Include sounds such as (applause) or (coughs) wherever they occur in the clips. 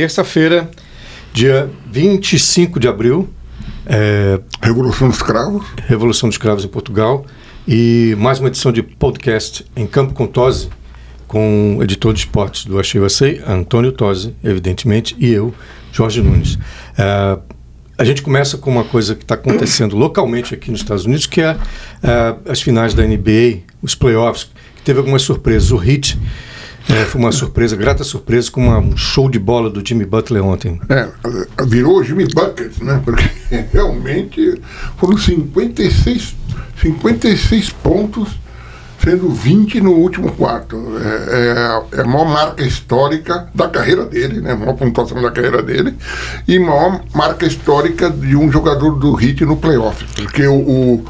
Terça-feira, dia 25 de abril, é, Revolução dos Cravos. Revolução dos Cravos em Portugal, e mais uma edição de podcast em Campo com Tosi, com o editor de esportes do Achei Você, Antônio Tosi, evidentemente, e eu, Jorge Nunes. É, a gente começa com uma coisa que está acontecendo localmente aqui nos Estados Unidos, que é, é, as finais da NBA, os playoffs, que teve algumas surpresas. O Heat é, foi uma surpresa, grata surpresa, com uma- um show de bola do Jimmy Butler ontem. É, virou Jimmy Bucket, né? Porque (laughs) realmente foram 56, 56 pontos, sendo 20 no último quarto. É, é, é a maior marca histórica da carreira dele, né? A maior pontuação da carreira dele e maior marca histórica de um jogador do Heat no playoff. Porque o, o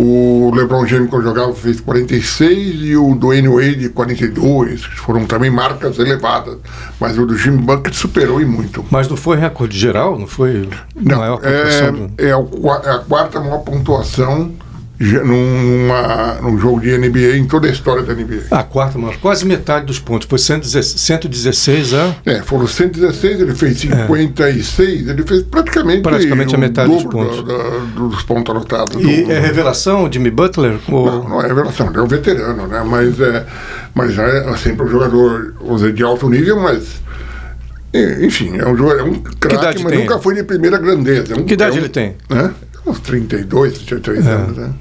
o LeBron James, quando jogava, fez 46 e o Dwayne Wade, 42. que Foram também marcas elevadas. Mas o do Jim Bucket superou e muito. Mas não foi recorde geral? Não foi Não, maior é, pontuação do- é o qua- é a quarta maior pontuação já numa, num jogo de NBA em toda a história da NBA. A quarta maior, quase metade dos pontos. Foi 116, 116 a. É, foram 116, ele fez 56, ele fez praticamente, É. Praticamente a o metade dos dobro pontos. da- da- dos pontos anotados. E do- é revelação, o Jimmy Butler? Ou- Não, não é revelação, ele é um veterano, né? Mas é, mas é sempre um jogador vamos dizer, de alto nível, mas. é, Enfim, é um jogador, é um idade craque, mas tem? nunca foi de primeira grandeza. É um- Que idade é um- ele tem? É. Né? Uns 32, 33 anos, né?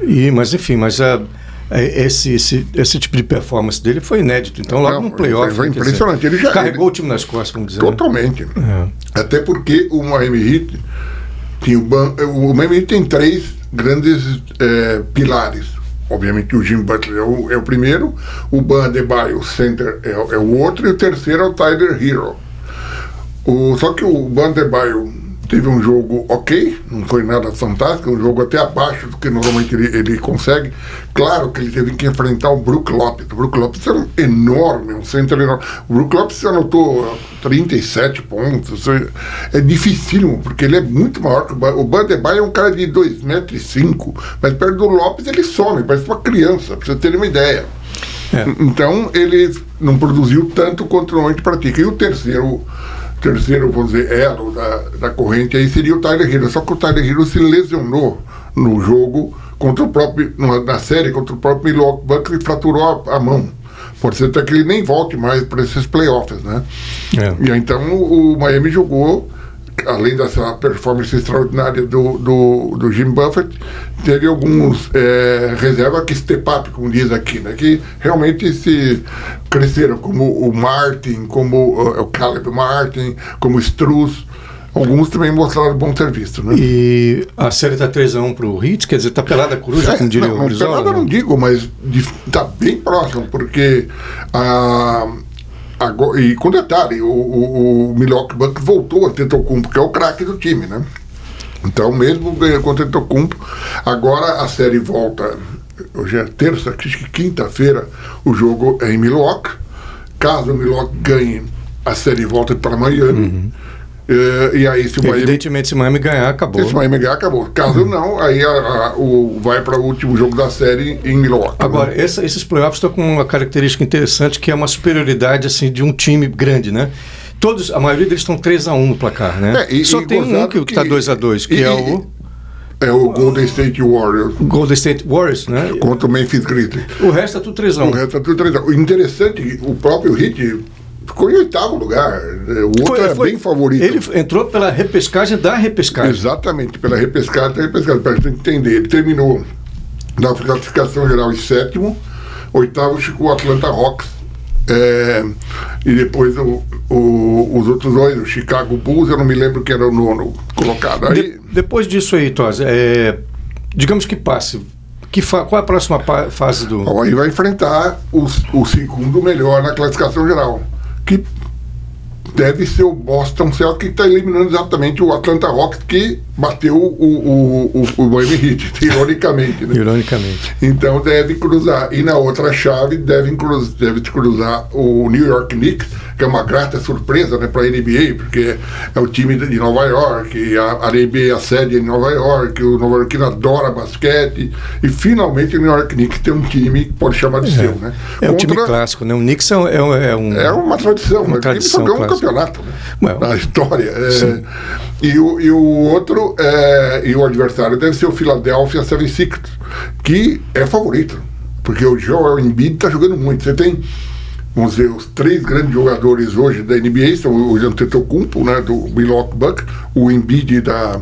E, mas enfim, mas a, a- esse, esse, esse tipo de performance dele foi inédito. Então, logo Não, no playoff. foi quer dizer, impressionante, ele já- carregou ele- o time nas costas, vamos dizer. né? Totalmente. Até porque o Miami Heat tinha o, ban... o Miami Heat tem três grandes eh, pilares. Obviamente o Jim Butler é o, é o primeiro, o Ban Adebayo, o center, é, o- é o outro, e o terceiro é o Tyler Hero. O, só que o Ban Adebayo teve um jogo ok, não foi nada fantástico, um jogo até abaixo do que normalmente ele, ele consegue. Claro que ele teve que enfrentar o Brook Lopes. O Brook Lopes é um enorme, um centro enorme. O Brook Lopes anotou ah, 37 pontos. isso é- É dificílimo, porque ele é muito maior que o Ban. O Ban Adebayo é um cara de 2,5m, mas perto do Lopes ele some, parece uma criança, para você ter uma ideia. É. Então ele não produziu tanto quanto normalmente pratica. E o terceiro, terceiro vamos dizer, elo da, da corrente aí seria o Tyler Hero. Só que o Tyler Hero se lesionou no jogo contra o próprio, numa- na série contra o próprio Milwaukee Bucks e fraturou a, a mão. Pode ser até que ele nem volte mais para esses playoffs, né? É. E aí, então o, o Miami jogou, além dessa performance extraordinária do, do, do Jim Buffett, teve alguns eh, reservas que step up, como diz aqui, né? que realmente se cresceram, como o Martin, como eh, o Caleb Martin, como o Struz. Alguns também mostraram bom serviço, né? E a série tá 3x1 pro Hit, quer dizer, tá pelada a coruja, como diria É, não, o não, Brizola. pelada eu né? não digo, mas está bem próximo, porque a, agora, e com detalhe, o, o, o Milwaukee Bucks voltou a Tetocumpo, que é o craque do time, né? Então, mesmo ganhando contra o Tetocumpo, agora a série volta. Hoje é terça, acho que quinta-feira, o jogo é em Milwaukee. Caso o Milwaukee ganhe, a série volta para Miami. Uhum. Eh, e aí, se o Miami Evidentemente, se Miami ganhar, acabou. né? Uhum. esse Miami ganhar acabou. Caso não, aí a- a- o, vai para o último jogo da série em Milwaukee. né? Agora, essa- esses playoffs estão com uma característica interessante que é uma superioridade assim, de um time grande, né? Todos, a maioria deles estão 3x1 no placar, né? É, e- Só e tem um gozado que está que- 2x2, que e- é o é o Golden State Warriors Golden State Warriors, né? contra o Memphis Grizzlies. O resto é tudo O 3x1. resto é tudo três a um. O interessante, o próprio Heat ficou em oitavo lugar. né? O outro era é bem favorito. Ele f- entrou pela repescagem da repescagem. Exatamente, pela repescada, pela repescada, para a gente entender. Ele terminou na classificação geral em sétimo, oitavo ficou o Atlanta Hawks. é, e depois o- o- os outros dois, o Chicago Bulls, eu não me lembro quem era o nono colocado. Aí, De- depois disso aí, Tosa, é, digamos que passe. Que fa- qual é a próxima pa- fase do. Bom, aí vai enfrentar os- o segundo melhor na classificação geral, que deve ser o Boston Celtics, que está eliminando exatamente o Atlanta Hawks, que bateu o, o, o, o Miami Heat, (laughs) ironicamente. Né? Ironicamente. Então deve cruzar. E na outra chave deve, cruz, deve cruzar o New York Knicks, que é uma grata surpresa né, para a NBA, porque é o time de Nova York, e a, a NBA a sede é em Nova York, o Nova Yorkino adora basquete, e finalmente o New York Knicks tem um time que pode chamar de seu. Né? É um time Contra- clássico, né? O Knicks é um. É, um- é um- é uma tradição. né? tradição Ele só ganhou um clássica. campeonato né? Well, na história. É, sim. e, o, e o outro, é, e o adversário deve ser o Philadelphia 76ers, que é favorito, porque o Joel Embiid está jogando muito. Você tem, vamos dizer, os três grandes jogadores hoje da NBA, são o Antetokounmpo, né, do Milwaukee Bucks, o Embiid da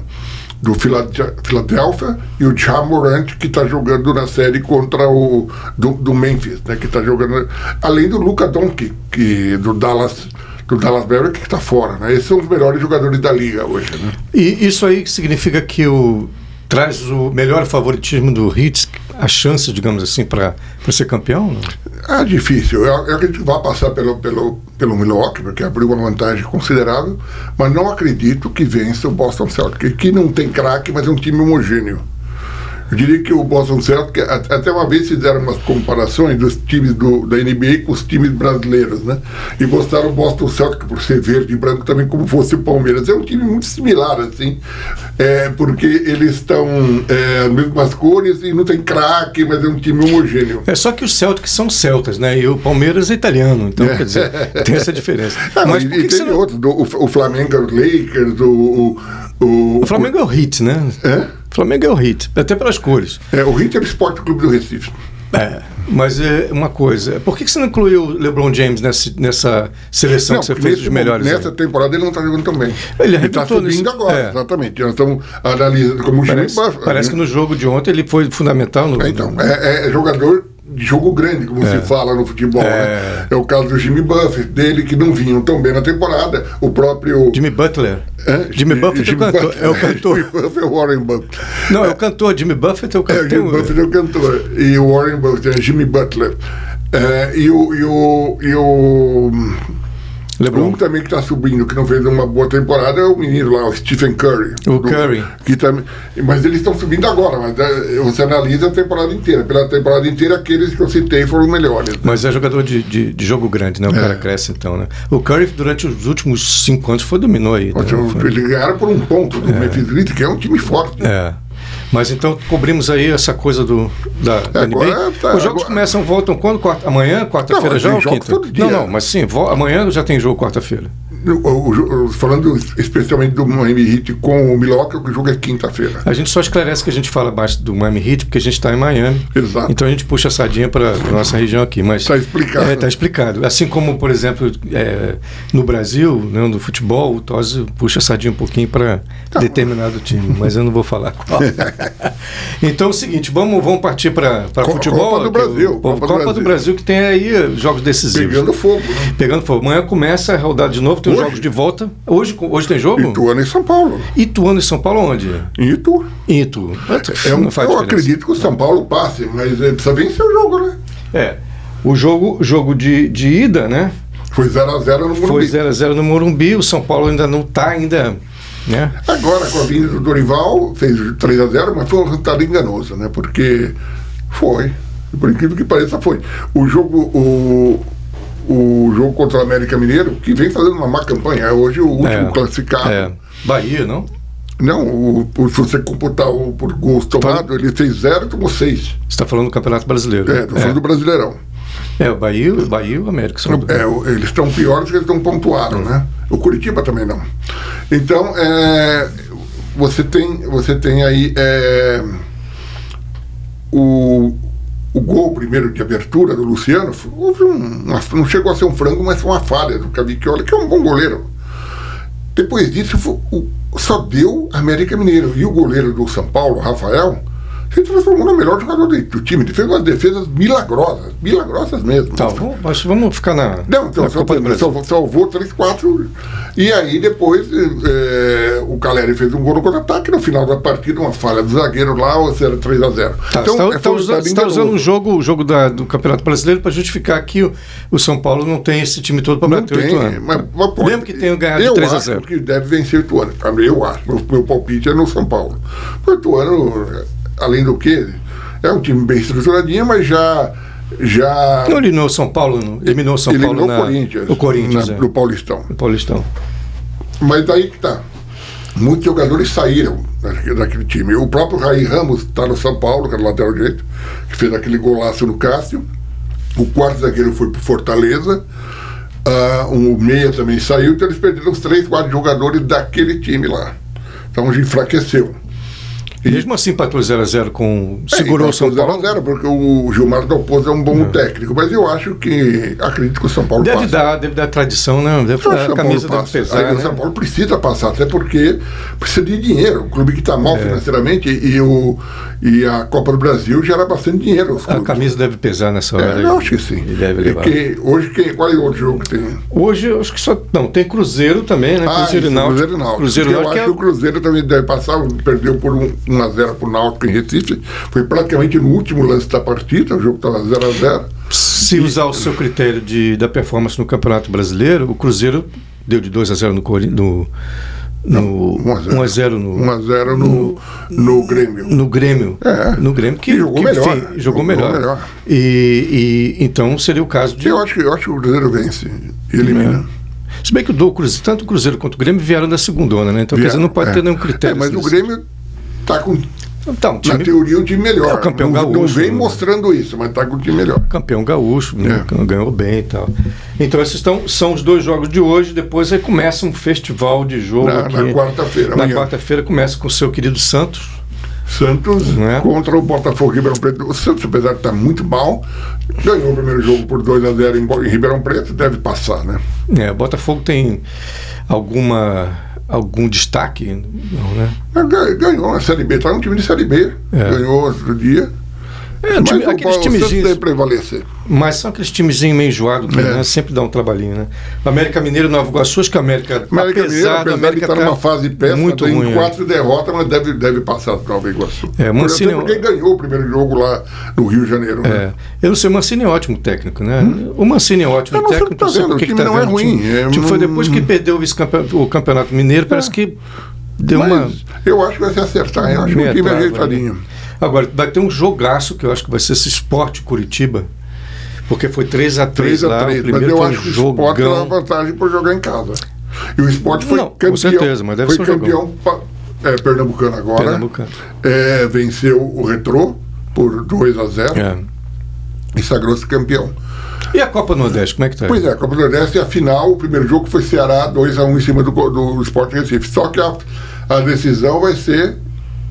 do Filade- Philadelphia e o Ja Morant que está jogando na série contra o do, do Memphis, né, que está jogando além do Luca Doncic que do Dallas do Dallas Mavericks que está fora, né? Esses são os melhores jogadores da liga hoje, né? E isso aí significa que o traz o melhor favoritismo do Hits, a chance, digamos assim, para ser campeão? Não? Ah, difícil. Eu, eu acredito que vai passar pelo, pelo, pelo Milwaukee, porque abriu uma vantagem considerável, mas não acredito que vença o Boston Celtics, que não tem craque, mas é um time homogêneo. Eu diria que o Boston Celtics, a- até uma vez fizeram umas comparações dos times do, da NBA com os times brasileiros, né? E mostraram o Boston Celtics, por ser verde e branco, também como fosse o Palmeiras. É um time muito similar, assim, é, porque eles estão é, as mesmas cores e não tem craque, mas é um time homogêneo. É só que os Celtics são celtas, né? E o Palmeiras é italiano, então, quer dizer, (laughs) tem essa diferença. Ah, Mas e, por que, e que teve você não... outros, do- o, o Flamengo, os Lakers, o. O, o, O Flamengo é o Hit, né? É? O Flamengo é o Hit, até pelas cores. É, o Ritter Esporte Clube do Recife. É, mas é uma coisa, por que que você não incluiu o LeBron James nessa, nessa seleção que você porque fez nesse dos melhores? Nessa aí? temporada ele não está jogando tão bem. Ele está arrebentou subindo nesse- agora, é. exatamente. Nós estamos analisando como o Parece, Gilberto- parece que no jogo de ontem ele foi fundamental. No, É, Então, é, é jogador de jogo grande, como se fala no futebol. né? É. É. o caso do Jimmy Buffett, dele que não vinham tão bem na temporada. O próprio. Jimmy Butler. Hã? Jimmy Buffett é o cantor. É Buffett- (laughs) o cantor. Jimmy Buffett é o Warren Buffett. Não, é o cantor. Jimmy Buffett é o É, o cantor. Jimmy Buffett é o cantor. E o Warren Buffett, é Jimmy Butler. É, e o. E o, e o um LeBron. também que está subindo, que não fez uma boa temporada, é o menino lá, o Stephen Curry. O Curry. Que também, mas eles estão subindo agora, mas é, você analisa a temporada inteira. Pela temporada inteira, aqueles que eu citei foram os melhores. Mas é jogador de, de, de jogo grande, É. né? O cara cresce então, né? O Curry, durante os últimos cinco anos, foi dominou aí. né? Então, Foi- Eles ganharam por um ponto do Memphis Grizzlies, que é um time forte. É. Mas então cobrimos aí essa coisa do, da, da Agora NBA. tá, Os jogos agora- começam, voltam quando? Quarta, amanhã, quarta-feira Não, já tem ou jogo quinta? todo dia. Não, não, mas sim, vo- amanhã já tem jogo quarta-feira. O- o- o- falando especialmente do Miami Heat com o Milwaukee, o jogo é quinta-feira. A gente só esclarece que a gente fala mais do Miami Heat porque a gente está em Miami. Exato. Então a gente puxa a sardinha para nossa região aqui, mas Tá explicado. É, tá explicado. Assim como, por exemplo, é, no Brasil, né, no futebol, o Tosi puxa a sardinha um pouquinho para Tá determinado time, mas eu não vou falar qual. (laughs) então é o seguinte, vamos, vamos partir para Co- futebol. Copa do que é o- Brasil, Copa, do, Brasil. que tem aí jogos decisivos. Pegando fogo, né? Pegando fogo. Amanhã começa a rodada de novo, tem os Hoje? jogos de volta. Hoje, co- hoje tem jogo? Ituano em São Paulo. Ituano e São Paulo onde? Em Itu. Em Itu. É um, Não faz eu diferença. acredito que o São Paulo passe, mas é, precisa vencer o jogo, né? É. O jogo, jogo de, de ida, né? Foi 0x0 no Morumbi. Foi 0x0 no Morumbi, o São Paulo ainda não está ainda. Né? Agora, com a vinda do Dorival, fez 3x0, mas foi um resultado enganoso, né? Porque foi. Por incrível que pareça, foi. O jogo, o, o jogo contra o América Mineiro, que vem fazendo uma má campanha, é hoje o último É, classificado. É. Bahia, não? Não, o, o- se você computar o, por gols tomado, ele fez 0 e tomou 6. Você está falando do Campeonato Brasileiro. É, no fundo do Brasileirão. É, o Bahia, o Bahia e o América. São É, o- eles estão piores que eles não pontuaram, né? O Curitiba também não. Então, é, você, tem, você tem aí é, o, o gol primeiro de abertura do Luciano. foi- Houve um- uma- não chegou a ser um frango, mas foi uma falha do Cavicchioli, que é um bom goleiro. Depois disso, fo- o- só deu América Mineiro. E o goleiro do São Paulo, Rafael, se transformou no melhor jogador do, do time. Ele fez umas defesas milagrosas, milagrosas mesmo. Tá, vamos, mas vamos ficar na, Não, então, na só, Copa do Brasil. salvou, salvou 3, 4. E aí depois eh, o Caleri fez um gol no contra-ataque. No final da partida, uma falha do zagueiro lá, ou seja, 3x0. Tá, você é, está então, usando, você tá usando um jogo, o jogo da- do Campeonato Brasileiro para justificar que o, o São Paulo não né? tem esse time todo para Não bater o tem, Ituano. mas, mas pode. Lembro que tem ganhado de eu 3 a acho 0. que deve vencer o Ituano. cara. Eu acho. Meu, meu palpite é no São Paulo. O Ituano, além do que, é um time bem estruturadinho, mas já. já Não eliminou o São Paulo, não. eliminou o São eliminou Paulo o na, Corinthians. o Corinthians, na- é. no Paulistão. no Paulistão. Mas daí que tá. Muitos jogadores saíram daque- daquele time. O próprio Raí Ramos está no São Paulo, que era lateral direito, que fez aquele golaço no Cássio. O quarto zagueiro foi pro Fortaleza. Uh, um meia também saiu, então eles perderam os três, quatro jogadores daquele time lá. Então enfraqueceu. E mesmo assim empatou 0x0 com. É, Segurou o São Paulo. Uhum. 0 porque o Gilmar Dalpozo é um bom técnico, mas eu acho que acredito que o São Paulo Deve passa. dar, deve dar tradição, né? Deve Eu acho dar, que a o São Paulo camisa deve É, passa. Aí pesar. O São Né? Paulo precisa passar, até porque precisa de dinheiro. O clube que está É. mal financeiramente e, o, e a Copa do Brasil gera bastante dinheiro. aos A clubes. camisa deve pesar nessa hora. É, eu acho que sim. Ele deve levar. Porque hoje quem, qual é o outro jogo que tem? Hoje eu acho que só. Não, tem Cruzeiro também, né? Cruzeiro e Ah, isso, Náutico. Cruzeiro e Náutico. Cruzeiro e eu Náutico acho que o que é- Cruzeiro também deve passar, perdeu por 1 um, 1 a 0 para o Náutico em Recife. Foi praticamente no último lance da partida, o jogo estava 0 a 0 se usar o seu critério de, da performance no Campeonato Brasileiro, o Cruzeiro deu de 2 a 0 no Corin- no, no 1 a 0. 1 a 0 no, 1 a 0 no, no Grêmio. no Grêmio. É. No Grêmio que, E jogou que, melhor. jogou, Jogou melhor. melhor. E, e então seria o caso de Eu acho, que- eu acho que o Cruzeiro vence e É. elimina. Se bem que o do Cruzeiro, tanto o Cruzeiro quanto o Grêmio vieram da segundona, né? Então, quer dizer, não pode É. ter nenhum critério. assim, É, mas o desse. Grêmio está com, Então, na time teoria, um time melhor. É o campeão não, não gaúcho, vem né? mostrando isso, mas está com um time melhor. campeão gaúcho, né? É. ganhou bem e tal. Então, esses estão, são os dois jogos de hoje. Depois aí começa um festival de jogo. Na- aqui. na quarta-feira, Na amanhã. quarta-feira começa com o seu querido Santos. Santos Né? contra o Botafogo Ribeirão Preto. O Santos, apesar de estar muito mal, ganhou o primeiro jogo por 2 a 0 em, Bo- em Ribeirão Preto, deve passar, né? É, Botafogo tem alguma algum destaque? Não, né? Mas ga- Ganhou a Série B, tá um time de Série B. É. Ganhou outro dia. É, time- mas o, aqueles Paulo- o Santos timezinhos. deve prevalecer. Mas são aqueles timezinhos meio enjoados, É. né? sempre dá um trabalhinho, né? América Mineiro e Nova Iguaçu, acho que a América, América Mineiro, apesar da apesar de América tá estar numa fase péssima, muito tem ruim, é. quatro derrotas, mas deve, deve passar a prova Iguaçu. É, Mancini Por exemplo, é um- Porque ganhou o primeiro jogo lá no Rio de Janeiro. né? É. Eu não sei, o Mancini é ótimo técnico, né? O Mancini é ótimo Hum? Eu não sei técnico, o que tá não sei vendo, por o que que time tá não é vendo. ruim, Tipo, é, tipo, foi não- depois que perdeu o, vice-campe- o campeonato mineiro, parece que deu uma. Mas eu acho que vai se acertar, eu acho que meia o time é trava, né? ajeitadinho. Agora, vai ter um jogaço que eu acho que vai ser esse esporte Curitiba. Porque foi 3x3 lá, o 3x3, mas primeiro eu foi um acho que o Sport tem uma jogão. vantagem por jogar em casa. E o Sport foi Não, com campeão. certeza, mas deve foi ser um campeão pa- é, pernambucano agora. Pernambucano. É, venceu o Retrô por 2 a 0 É. e sagrou-se campeão. E a Copa do Nordeste, como é que tá? Pois é, a Copa do Nordeste, a final, o primeiro jogo foi Ceará 2 a 1 em cima do, go- do Sport Recife. Só que a, a decisão vai ser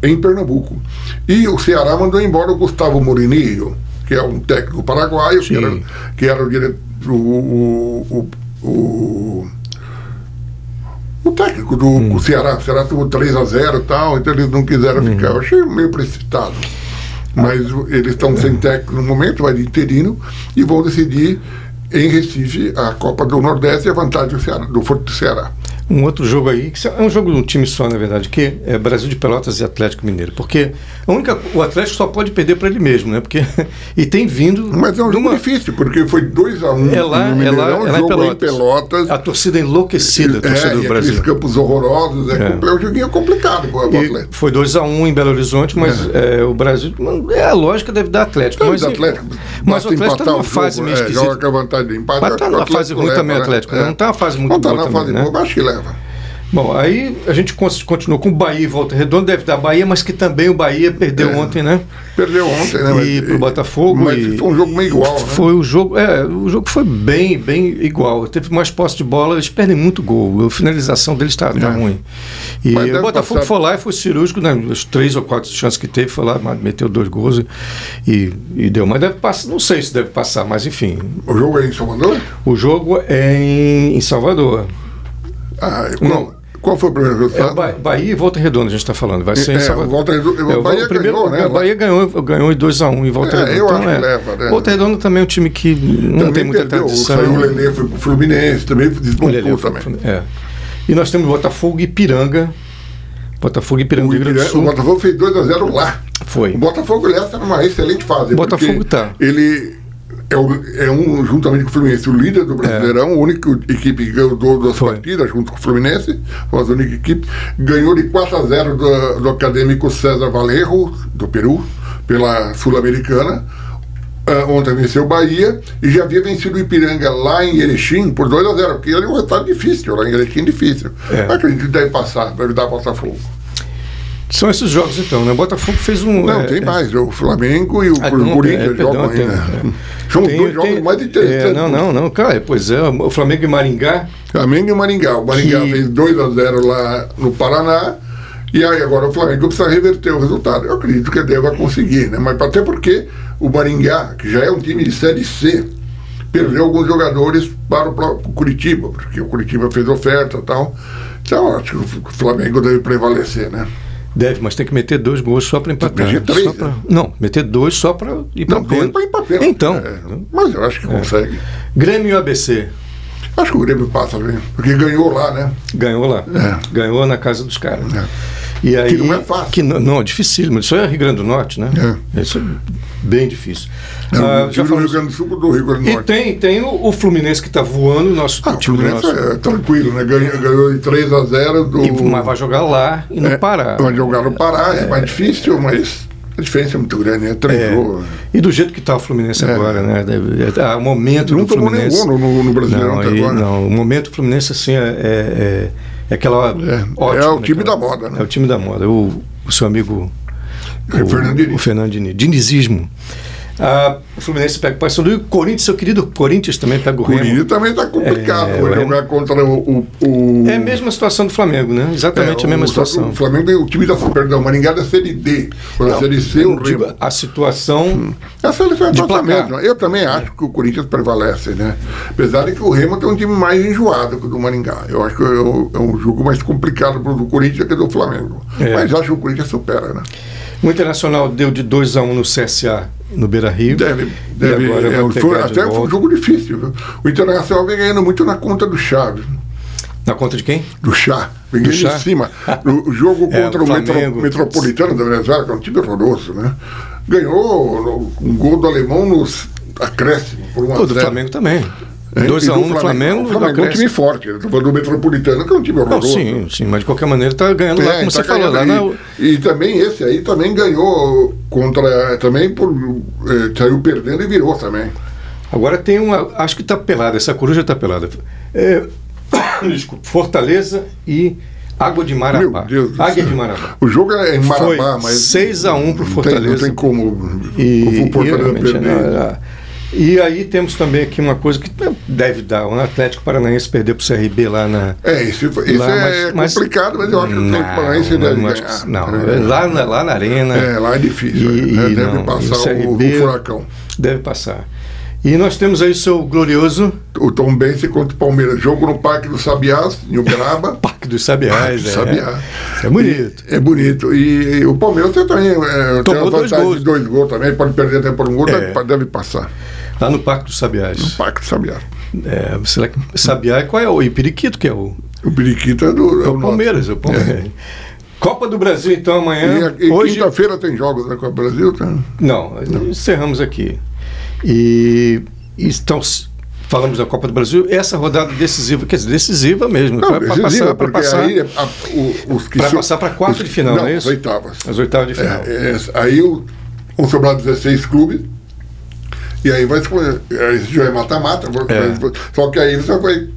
em Pernambuco. E o Ceará mandou embora o Gustavo Mourinho, que é um técnico paraguaio, que era, Sim. que era o diretor. O, o, o, o- o técnico do o Ceará. O Ceará tomou 3 a 0 e tal, então eles não quiseram ficar. Eu achei meio precipitado. Mas o- eles estão sem técnico no momento, vai de interino, e vão decidir em Recife a Copa do Nordeste e a vantagem do, Ceará, do Forte do Ceará. Um outro jogo aí, que é um jogo de um time só, na verdade, que é Brasil de Pelotas e Atlético Mineiro. Porque a única, o Atlético só pode perder para ele mesmo, né? Porque, (laughs) e tem vindo. Mas é um jogo numa- difícil, porque foi 2 a 1 um É lá, no é lá, Mineirão, é lá em jogo Pelotas. Pelotas. A torcida enlouquecida, a torcida é, do e Brasil. aqueles campos horrorosos. É, compl- é um joguinho complicado para o E Atlético. foi 2 a 1 um em Belo Horizonte, mas é, o Brasil. É, a lógica deve dar Atlético. mas Mas, o Atlético, mas o Atlético basta está empatar numa o fase jogo, meio é, esquisita. joga com a vantagem de empate. Mas acho tá que o numa Atlético fase ruim leva, também, né? Atlético, né? Não tá uma fase muito não tá boa na também, fase né? boa, mas acho que leva. Bom, aí a gente cons- continuou com o Bahia e Volta Redonda, deve dar Bahia, mas que também o Bahia perdeu É. ontem, né? Perdeu ontem, né? E pro Botafogo Mas e- foi um jogo meio igual, né? Foi o jogo, é, o jogo foi bem, bem igual. Teve mais posse de bola, eles perdem muito gol. A finalização deles está É. ruim. E Mas deve o Botafogo passar- foi lá e foi cirúrgico, né? As três ou quatro chances que teve, foi lá, mas meteu dois gols e, e, e deu. Mas deve passar, não sei se deve passar, mas enfim. O jogo é em Salvador? O jogo é em, em Salvador. Ah, e qual, Não. qual foi o primeiro É o resultado? Ba- Bahia e Volta Redonda, a gente está falando. Vai ser em É, Salvador. o Volta Redonda- o É, o Bahia Val- primeiro, ganhou, né? O Bahia ganhou, ganhou em 2x1 em Volta É, Redonda. eu Então, acho que é. leva, né? Volta Redonda também é um time que não Também tem muita perdeu, tradição. Saiu o Lelê, foi pro Fluminense, também O Lelê desmontou foi- também. é. E nós temos Botafogo e Piranga. Botafogo e Piranga O, do Rio Grande do Ipiranga- o Sul. Botafogo fez 2x0 lá. Foi. O Botafogo, aliás, está numa excelente fase. O Botafogo porque tá. Ele é, o- é um, juntamente com o Fluminense, o líder do Brasileirão, a única equipe que ganhou duas duas É. Foi. partidas, junto com o Fluminense, foi a única equipe, ganhou de 4 a 0 do, do acadêmico César Valerro, do Peru, pela Sul-Americana. Ah, ontem venceu o Bahia e já havia vencido o Ipiranga lá em Erechim por 2 a 0 porque é era um resultado é difícil, lá em Erechim difícil. É. Acredito que deve passar, deve dar Botafogo. São esses jogos então, né? O Botafogo fez um. Não, é, tem é, mais. O Flamengo e o Ah, não, Corinthians é, perdão, jogam tem- ainda. é. (laughs) São os tem- dois jogos tem- mais É, interessantes. não, não, não, cara, pois é, o Flamengo e Maringá. Flamengo e Maringá. O Maringá Que- fez 2x0 lá no Paraná. E aí agora o Flamengo precisa reverter o resultado. Eu acredito que deva conseguir, né? Mas até porque o Maringá, que já é um time de Série C, perdeu alguns jogadores para o próprio Curitiba, porque o Curitiba fez oferta e tal. Então acho que o Flamengo deve prevalecer, né? Deve, mas tem que meter dois gols só para empatar. Meter três, só pra- né? Não, meter dois só para ir para Não, dois para ir para pênalti. Tá Então, É, mas eu acho que consegue. Grêmio e ABC Acho que o Grêmio passa bem, porque ganhou lá, né? ganhou lá. É. Ganhou na casa dos caras. É. E aí, não é fácil. que não, não, é dificílimo. Isso é Rio Grande do Norte, né? Isso é bem difícil. Ah, É, o já time do Rio falamos- Grande do Sul do Rio Grande do E Norte. tem, tem o, o Fluminense que está voando, nosso Ah, o time Fluminense nosso. é tranquilo, né? Ganhou, ganhou de 3 a 0 do. E, mas vai jogar lá e não é, parar. Vai jogar no Pará, é, mais difícil, mas a diferença é muito grande, né? É. Trancou. E do jeito que está o Fluminense É. agora, né? Deve- é, tá, o momento Não do tomou nenhum Fluminense. gol no, no Brasileiro não, até e- agora. não, o momento do Fluminense assim é, é, é- é aquela É, ótima, é o time aquela- da moda, né? É o time da moda. O, o seu amigo É o Fernando Diniz. o Fernando Diniz. Dinizismo. Ah, o Fluminense pega o Paysandu e o Corinthians, seu querido Corinthians também pega o O Corinthians Remo. também está complicado. É, vai o Remo- jogar contra o. o, o É a mesma situação do Flamengo, né? é, Exatamente a o- mesma só que situação. O Flamengo é o time da. Perdão, o Maringá é da Série D. Da Série C, o Eu digo, Remo. a situação A seleção é De nossa placar. mesma. Eu também acho que o Corinthians prevalece, né? Apesar de que o Remo tem um time mais enjoado que o do Maringá. Eu acho que é um é um jogo mais complicado para o do Corinthians que do Flamengo. É. Mas acho que o Corinthians supera, né? O Internacional deu de 2 a 1 um no CSA no Beira Rio. Deve, deve. agora é, vai foi- pegar de até foi um volta. jogo difícil. viu? O Internacional vem ganhando muito na conta do Chaves. Na conta de quem? do chá, vem Do ganhando chá? em cima. O o jogo (laughs) É, contra o o, Metro- Flamengo. Metropolitano da Venezuela, que é um time horroroso, né? Ganhou no- um gol do alemão nos acréscimo por um uma O do Flamengo também. É, 2 a 1 um no Flamengo. O Flamengo é um time forte, eu tô falando do Metropolitano, que é um time não, horroroso. sim, sim, mas de qualquer maneira tá ganhando lá, É, como tá você falou. né? Lá ganhando na- aí. E também esse aí também ganhou contra. é, Também por, eh, saiu perdendo e virou também. Agora tem uma. Acho que tá pelada, essa coruja tá pelada. É, (coughs) Desculpa, Fortaleza e Água de Marabá. Meu Deus do Águia céu. de Marabá. O jogo é em Foi Marabá, mas. 6 a 1 pro não tem, não Fortaleza. tem como E, o Fortaleza realmente, né, perder. não, não. E aí temos também aqui uma coisa que deve dar. O Atlético Paranaense perder pro CRB lá na. É, isso, isso Lá, é complicado, mas eu acho que o Atlético Paranaense deve não, acho ganhar. que- Não, é, lá, na, lá na arena é, lá é difícil, E- né? e deve não, é passar o o, o CRB furacão. deve passar. E nós temos aí o seu glorioso O Tom Bense contra o Palmeiras, jogo no Parque do Sabiás, em (laughs) Uberaba. Parque dos Sabiás. Parque do é. Sabiá. Isso é bonito. É bonito. E, o Palmeiras tem também é, tem Tomou a dois vantagem gols. de dois gols também, pode perder até por um gol, É. deve, deve passar. Lá no Parque dos Sabiás. Parque do Sabiás. É, será que Sabiá é qual é o e Periquito que é o, O Periquita é do, é é o o nosso. Palmeiras, é o Palmeiras. Copa do Brasil então amanhã. E, e hoje quinta-feira tem jogos da Copa do Brasil, tá? Não, encerramos aqui. E e então s- falamos da Copa do Brasil, essa rodada decisiva, quer dizer, decisiva mesmo, Não, pra- pra decisiva, passar, pra porque passar aí é, a- o- os que pra su- passar pra quarta os- de final, não é as isso? oitavas. as oitavas de final. É, é, aí o, vão sobrar 16 clubes. E aí vai escolher. Aí já é mata-mata. vai- É. vai- Só que aí você vai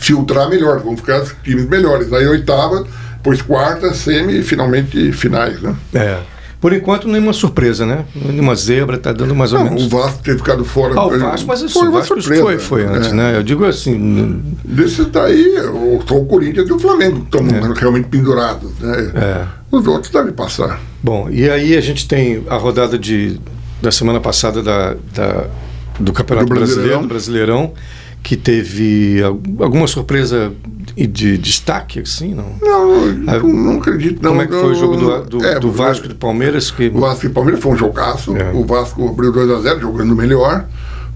filtrar melhor, vão ficar os times melhores. Aí oitava, depois quarta, semi e finalmente finais, né? É. Por enquanto, nenhuma surpresa, né? Nenhuma zebra, tá dando mais ou Não, menos. o Vasco ter ficado fora. Ah, o Vasco, mas isso, foi o uma Vasco surpresa. Hum. foi, foi antes, É. né? Eu digo assim, n- Desse daí, o- só o Corinthians e o Flamengo que estão É. realmente pendurados. Né? É. Os outros devem passar. Bom, e aí a gente tem a rodada de, da semana passada da, da- do Campeonato Brasileiro, Do Brasileirão. do Brasileirão, que teve al- alguma surpresa de, de destaque, assim, não? Não, eu Ah, não, não acredito. Não. Como é que foi o jogo do, do, É, do Vasco e do Palmeiras? Que, O Vasco e Palmeiras foi um jogaço. É. O Vasco abriu 2x0, jogando melhor.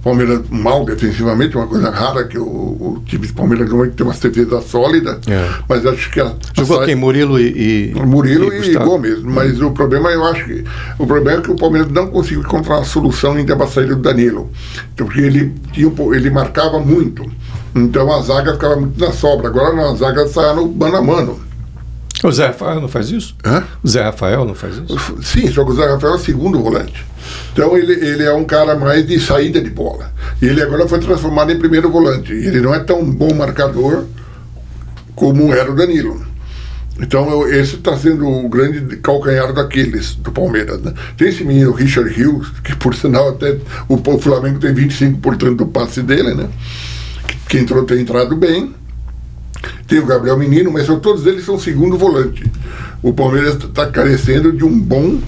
Palmeiras mal defensivamente, uma coisa rara que o, o time de Palmeiras normalmente tem uma defesa sólida. É. Mas acho que a, jogou a, quem? Murilo e. e Murilo e, Gustavo? Hum. Gomes. Mas o problema, eu acho que. O problema é que o Palmeiras não conseguiu encontrar uma solução ainda para sair do Danilo. Então, porque ele, tinha um po- ele marcava muito. Então a zaga ficava muito na sobra. Agora na zaga saia no mano a mano. O Zé Rafael não faz isso? Hã? O Zé Rafael não faz isso? Sim, só que o Zé Rafael é o segundo volante. Então ele, ele é um cara mais de saída de bola. E ele agora foi transformado em primeiro volante. E ele não é tão bom marcador como era o Danilo. Então eu- esse está sendo o grande calcanhar daqueles do Palmeiras. Né? Tem esse menino Richard Hughes, que por sinal até o, o Flamengo tem 25% do passe dele, né? Que, que entrou, tem entrado bem. Tem o Gabriel Menino, mas são- todos eles são segundo volante. O Palmeiras está carecendo de um bom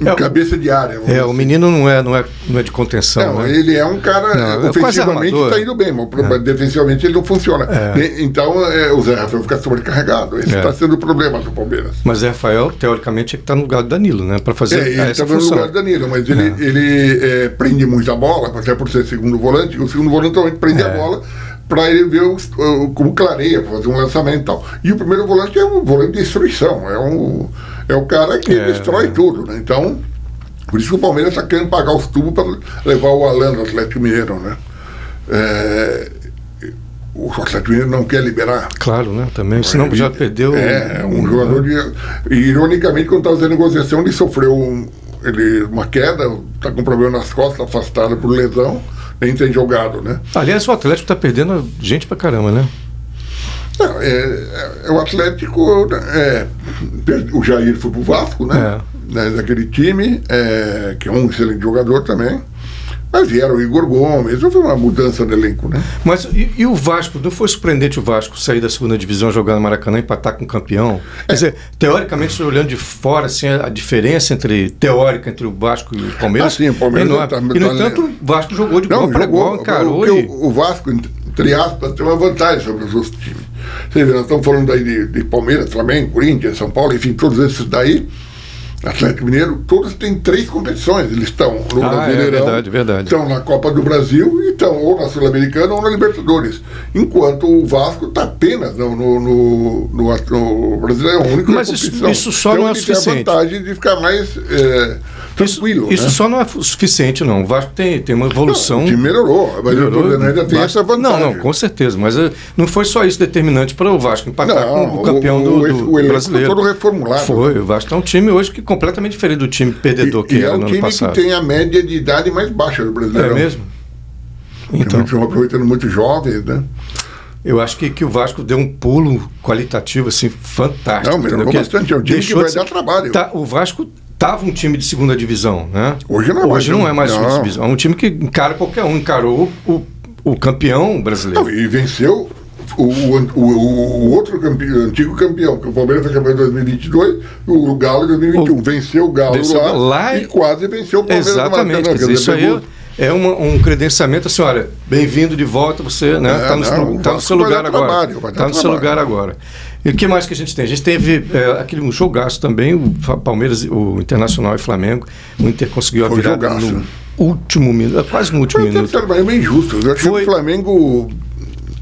É, o- cabeça de área. vamos É, o menino não é, não é, não é de contenção, não, né? ele é um cara Não, é quase ofensivamente armador. está indo bem, mas o problema- defensivamente ele não funciona. É. E- Então é, o Zé Rafael fica sobrecarregado. Esse É. está sendo o problema do Palmeiras. Mas Zé Rafael, teoricamente, é que está no lugar do Danilo, né? Para fazer É, ele essa estava no função. lugar do Danilo, mas ele, ele é, prende muito a bola, até por ser segundo volante. O segundo volante também prende a É. bola para ele ver o, o- como clareia, pra fazer um lançamento e tal. E o primeiro volante é um volante de destruição, é, um, é o cara que É, destrói é. tudo. Né? Então, por isso que o Palmeiras está querendo pagar os tubos para levar o Alan do Atlético Mineiro. Né? É, o Atlético Mineiro não quer liberar. Claro, né? Também, senão já perdeu... É, um jogador de. Ironicamente, quando estava fazendo negociação, ele sofreu um- ele, uma queda, está com problema nas costas, afastado por lesão, nem tem jogado, né? Aliás, o Atlético está perdendo gente pra caramba, né? Não, é, é- o Atlético, é, per- o Jair foi pro Vasco, né? É. Né, Daquele time, é, que é um excelente jogador também. Mas vieram o Igor Gomes, houve uma mudança no elenco, né? Mas e, e o Vasco? Não foi surpreendente o Vasco sair da segunda divisão jogar no Maracanã e empatar com o campeão? Quer dizer, teoricamente, se olhando de fora, assim, a diferença entre teórica entre o Vasco e o Palmeiras Ah, sim, o Palmeiras é enorme. tá- e, no tá- entanto, o Vasco jogou de Não, bola para jogou. bola, o, encarou que e... o, o Vasco, entre aspas, tem uma vantagem sobre os outros times. Você vê, nós estamos falando aí de, de Palmeiras, Flamengo, Corinthians, São Paulo, enfim, todos esses daí, Atlético Mineiro, todos têm três competições. Eles estão no Ah, é, Brasileirão, verdade, verdade. estão na Copa do Brasil e estão ou na Sul-Americana ou na Libertadores. Enquanto o Vasco está apenas no, no, no, no- no Brasileirão, é a única Mas isso- competição. isso só então não é ele suficiente. tem a vantagem de ficar mais eh, Isso, tranquilo. isso né? só não é fu- suficiente, não. O Vasco tem, tem uma evolução. Não, o time melhorou, mas melhorou, o Torneio ainda tem Vasco- essa vantagem. Não, não, com certeza. Mas eh, não foi só isso determinante para o Vasco empatar Não, com o campeão o- do, o- do o elenco brasileiro. foi todo reformulado. Foi, o Vasco é um time hoje que é completamente diferente do time perdedor que E, e é era o no ano time passado. que tem a média de idade mais baixa do brasileiro. É mesmo? Então, Muitos, aproveitando muito jovens, né? eu acho que, que o Vasco deu um pulo qualitativo assim fantástico. Não, melhorou entendeu? Que bastante, é um time que deixou vai de ser- dar trabalho. Tá, o Vasco tava um time de segunda divisão, né? Hoje não é mais, Hoje não é mais não. segunda divisão. É um time que encara qualquer um, encarou o, o campeão brasileiro. Não, e venceu o, o, an- o- o- o outro campeão, antigo campeão, que o Palmeiras foi campeão em 2022, o Galo em 2021. O- venceu o Galo venceu lá, o- lá e e- quase venceu o Palmeiras do Exatamente, Maracanã, quer dizer, quer isso dizer, aí pegou- é uma- um credenciamento assim, olha, bem-vindo de volta, você né, É, tá no, não, seu- tá o no Vasco seu vai lugar dar agora. trabalho, vai dar tá no seu trabalho. lugar agora. E o que mais que a gente tem? A gente teve é, aquele um jogaço também, o Fa- Palmeiras, o Internacional e Flamengo, o Inter conseguiu a Foi um virada jogaço. no último minuto, quase no último Foi até minuto. certo, mas é meio injusto. Eu achei Foi. que o Flamengo.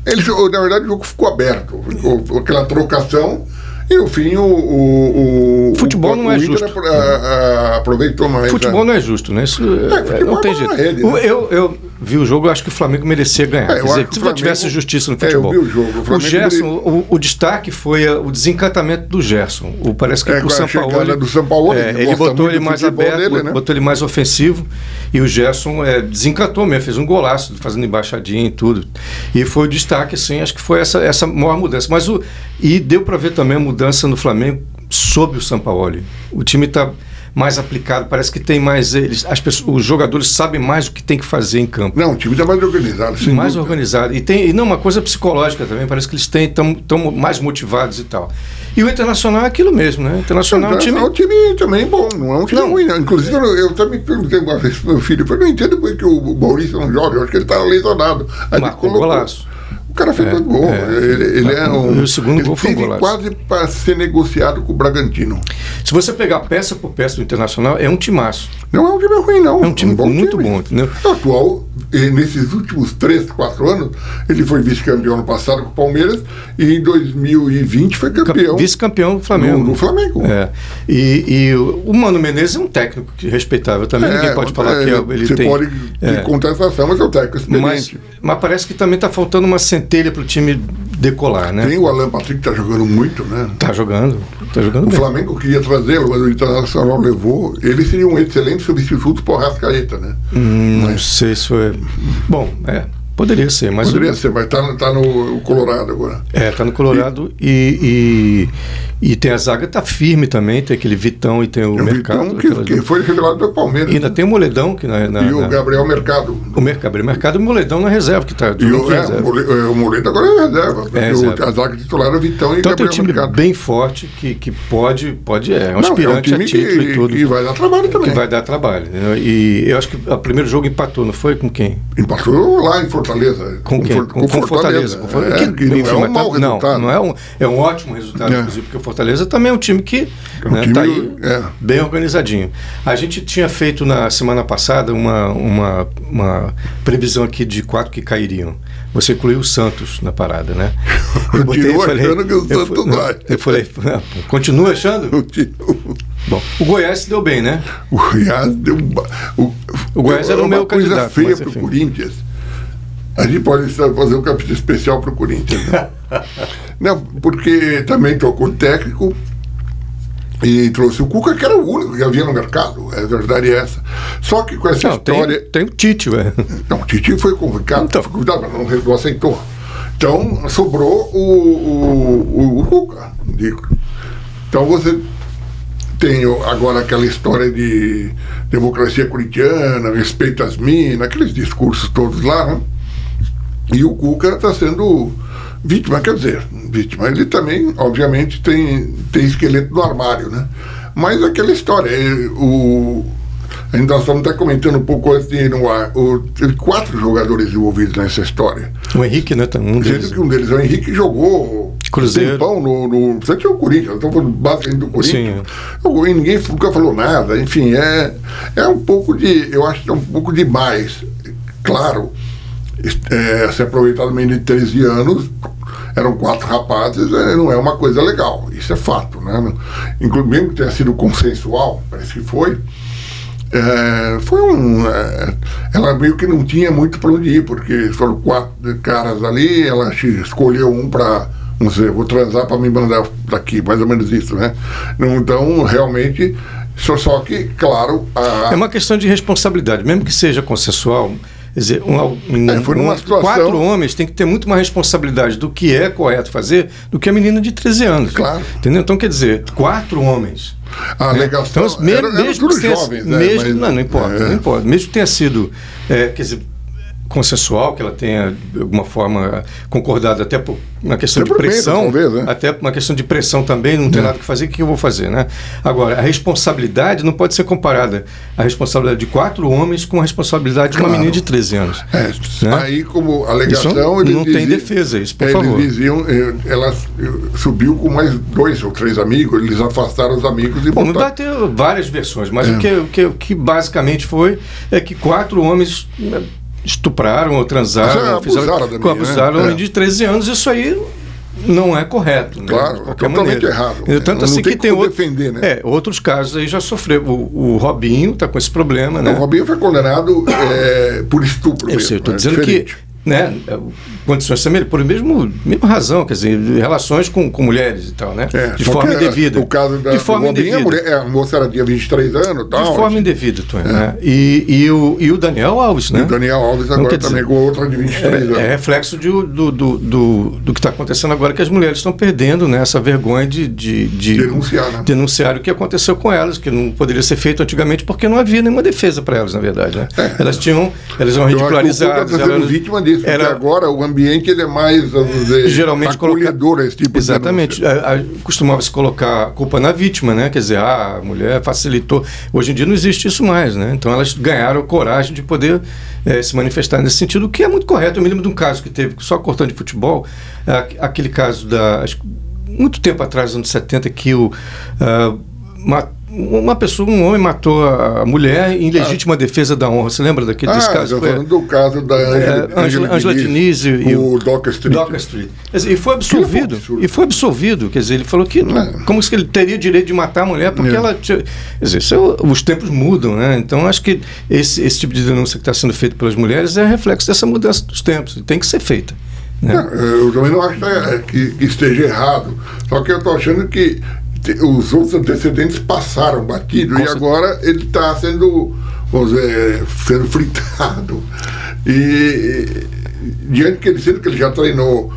Ele, jogou- na verdade, o jogo ficou aberto. Ficou aquela trocação. E no fim, o. o, o Futebol o, não é o Inter justo. apro- a- a- aproveitou mais. Futebol né? não é justo, né? Isso é, futebol não tem é jeito. uma rede, né? O- eu, eu vi o jogo, eu acho que o Flamengo merecia ganhar. É, Quer eu acho dizer, que o se não Flamengo- tivesse justiça no É, eu futebol. vi o jogo, o Flamengo Gerson, o, o destaque foi a- o desencantamento do Gerson. O, parece que É, o com a São chegada Paulo. do Sampaoli, que ele gosta botou muito ele do mais futebol aberto, dele, né? botou ele mais ofensivo. E o Gerson é, desencantou mesmo, fez um golaço, fazendo embaixadinha e tudo. E foi o destaque, assim, acho que foi essa, essa maior mudança. Mas o, e deu para ver também a mudança no Flamengo sob o Sampaoli. O time está mais aplicado, parece que tem mais. Eles, as pessoas, os jogadores sabem mais o que tem que fazer em campo Não, o time está mais organizado. Sem mais dúvida. organizado. E tem e não uma coisa psicológica também, parece que eles têm estão mais motivados e tal. E o Internacional é aquilo mesmo, né? O Internacional é um time É um time também bom, não é um time Não. ruim, não. Inclusive, eu, eu também perguntei uma vez pro meu filho, eu falei, não entendo por que o Maurício não joga, eu acho que ele está lesionado. Aí ele marcou um colocou. golaço. O cara fez É, dois gols. é. ele, ele é E um. o segundo ele gol foi um teve golaço. quase para ser negociado com o Bragantino. Se você pegar peça por peça do Internacional, é um timaço. Não é um time ruim, não. É um time muito bom, entendeu? O atual, eh, nesses últimos 3, 4 anos, ele foi vice-campeão no passado com o Palmeiras e em 2020 foi campeão Vice-campeão do no, Flamengo. no Flamengo. É. E, e o o Mano Menezes é um técnico que- respeitável também. Ninguém pode falar que é- ele você tem. pode é. ter contestação, mas é o técnico mas, experiente. mas parece que também está faltando uma centelha para o time decolar, né? Tem o Alan Patrick que está jogando muito, né? Tá jogando, tá jogando O bem. Flamengo queria trazê-lo, mas o Internacional levou. Ele seria um excelente substituto para o Rascaeta, né? Hum, não sei se foi. Bom, é. Poderia ser, mas. Poderia o- ser, mas está tá no Colorado agora. É, tá no Colorado e, e, e tem a zaga, tá firme também, tem aquele Vitão e tem o, Eu vi Mercado. então que, aquelas que duas- foi revelado pelo Palmeiras. E ainda tá, né? tem o Moledão, que na, na- e o na- Gabriel Mercado. o Mercado. O Mercado e o Moledão na reserva, que tá. E o, jogando é, reserva. o Mole- é, o Moledo agora é reserva. porque É, o- reserva. a zaga titular é Vitão e Então tem um Gabriel time Mercado. bem forte que, que pode, pode, é, um Não, é um aspirante time a título e que, tudo. que vai dar trabalho também. que vai dar trabalho. entendeu? E eu acho que o primeiro jogo empatou, não foi? Com quem? Empatou lá em Fortaleza. Com quem? For- Com, Fortaleza. com Fortaleza. É, Que, que não enfim, é mas um mau tá- não, resultado. não é um, é um ótimo resultado, É. inclusive, porque o Fortaleza também é um time que É um né, time- tá aí é. bem organizadinho. A gente tinha feito na semana passada uma, uma, uma previsão aqui de quatro que cairiam. Você incluiu o Santos na parada, (laughs) né? Continuo achando que o eu Santos fu- vai. Eu falei, continua achando? O ti- o- Bom, o Goiás se deu bem, né? o Goiás deu. ba- O, O Goiás era o meu uma coisa candidato, feia mas para o enfim. Corinthians. A gente pode só fazer um capítulo especial para o (laughs) Corinthians. né? Não, porque também trocou o técnico e trouxe o Cuca, que era o único que havia no mercado. A verdade é essa. Só que com essa Não, história. tem, tem o Tite, ué. Não, o Titi foi convocado, Então. foi convidado, mas não, re- não aceitou. Então, sobrou o, o, o, o Cuca. digo. Então, você tem o- agora aquela história de democracia corintiana, respeito às minas, aqueles discursos todos lá, né? E o Cuca está sendo vítima, quer dizer, vítima. Ele também, obviamente, tem, tem esqueleto no armário, né? Mas aquela história, eh, o, ainda nós estamos até comentando um pouco antes de ir no ar, o, teve quatro jogadores envolvidos nessa história. O Henrique, né? Tá um deles. Sendo que um deles é o Henrique, jogou um Cruzeiro. tempão no, no. Você tinha o Corinthians, então eu estou falando basicamente do Corinthians. Jogou e ninguém nunca falou nada. Enfim, é, é um pouco de. Eu acho que é um pouco demais. Claro, es- é, se aproveitar do menino de 13 anos, eram quatro rapazes, é, não é uma coisa legal. Isso é fato, né? Inclusive, mesmo que tenha sido consensual, parece que foi. É, foi um. é, ela meio que não tinha muito para onde ir, porque foram quatro caras ali, ela chi- escolheu um para. Não sei, vou transar para me mandar daqui, mais ou menos isso, né? Não, Então, realmente. Só, só que, claro. A, É uma questão de responsabilidade, mesmo que seja consensual. Quer dizer, um, um- É, foi um- numa situação- quatro homens têm que ter muito mais responsabilidade do que é correto fazer do que a menina de 13 anos. Claro. Entendeu? Então, quer dizer, quatro homens. a alegação. Então, me- era- eram mesmo todos que tenha- jovens, né? mesmo- Mas- não, não importa, né? é. não importa. Mesmo que tenha sido, é, quer dizer, consensual, que ela tenha de alguma forma concordado até por uma questão de Até por medo, pressão, talvez, né? É. até por uma questão de pressão também, não tem nada que fazer, o que eu vou fazer, né? Agora, a responsabilidade não pode ser comparada a responsabilidade de quatro homens com a responsabilidade de uma Claro. menina de 13 anos. É, Né? Aí, como alegação. Isso eles não tem defesa, isso, por eles favor. diziam. eh, Ela eh, subiu com mais dois ou três amigos, eles afastaram os amigos e Bom, me vai botaram- ter várias versões, É. mas o, que, o, que, o que basicamente foi é que quatro homens né, estupraram ou transaram, Já é, abusaram da fizeram, menina, abusaram um né? homem É. de 13 anos, isso aí não é correto. né, Claro, de qualquer totalmente maneira. errado. Entendeu? Tanto Não assim tem que tem como outro- defender, né? é, outros casos aí já sofreu. O, o Robinho está com esse problema, né? É, O Robinho foi condenado eh, por estupro. Eu mesmo, sei, eu estou né? dizendo que Diferente. né, condições semelhantes, por mesmo, mesma razão, quer dizer, relações com, com mulheres e tal, né? É, de só forma que, eh, indevida. O caso da de forma do Robinho, indevida. a, mulher, é, a moça era de 23 anos De tal. forma indevida, Tonho, né? E, e, o, e o Daniel Alves, né? É. O Daniel Alves Não agora quer dizer- também com outra de 23 É, é anos. reflexo de o- do, do, do, do que está acontecendo agora, que as mulheres estão perdendo né, essa vergonha de, de, de Denunciar, né? denunciar o que aconteceu com elas, que não poderia ser feito antigamente porque não havia nenhuma defesa para elas, na verdade. Né? Elas tinham. Elas eram É. Eu acho que o Cuca ridicularizadas. está sendo elas- vítima disso, porque era- agora o ambiente ele é mais, vamos dizer, geralmente coloca- acolhedor a esse tipo de Exatamente. A- a- Costumava-se colocar a culpa na vítima, né? Quer dizer, ah, a mulher facilitou. Hoje em dia não existe isso mais, né? Então elas ganharam coragem de poder eh, se manifestar nesse sentido, o que é muito correto. Eu me lembro de um caso que teve, só cortando de futebol, a- aquele caso da. acho que muito tempo atrás, nos anos 70, que o. ah, ma- uma pessoa, um homem matou a a mulher em legítima defesa da honra. Você lembra daquele desse Ah, caso? estou Foi- falando do caso da Angela, é, Angela- Angela Diniz e, e o Docker Street. Docker Street. Quer dizer, e foi absolvido. absurdo. e foi absolvido. Quer dizer, ele falou que não- É. como se ele teria direito de matar a mulher porque É. ela. tinha- Quer dizer, isso é o- os tempos mudam, né? Então acho que esse, esse tipo de denúncia que está sendo feita pelas mulheres é reflexo dessa mudança dos tempos. e Tem que ser feita. né? Não, eu também não acho eh, que, que esteja errado. Só que eu estou achando que te- os outros antecedentes passaram batido Com e cer- agora ele tá está sendo, vamos dizer, sendo fritado. E, diante que ele sendo que ele já treinou.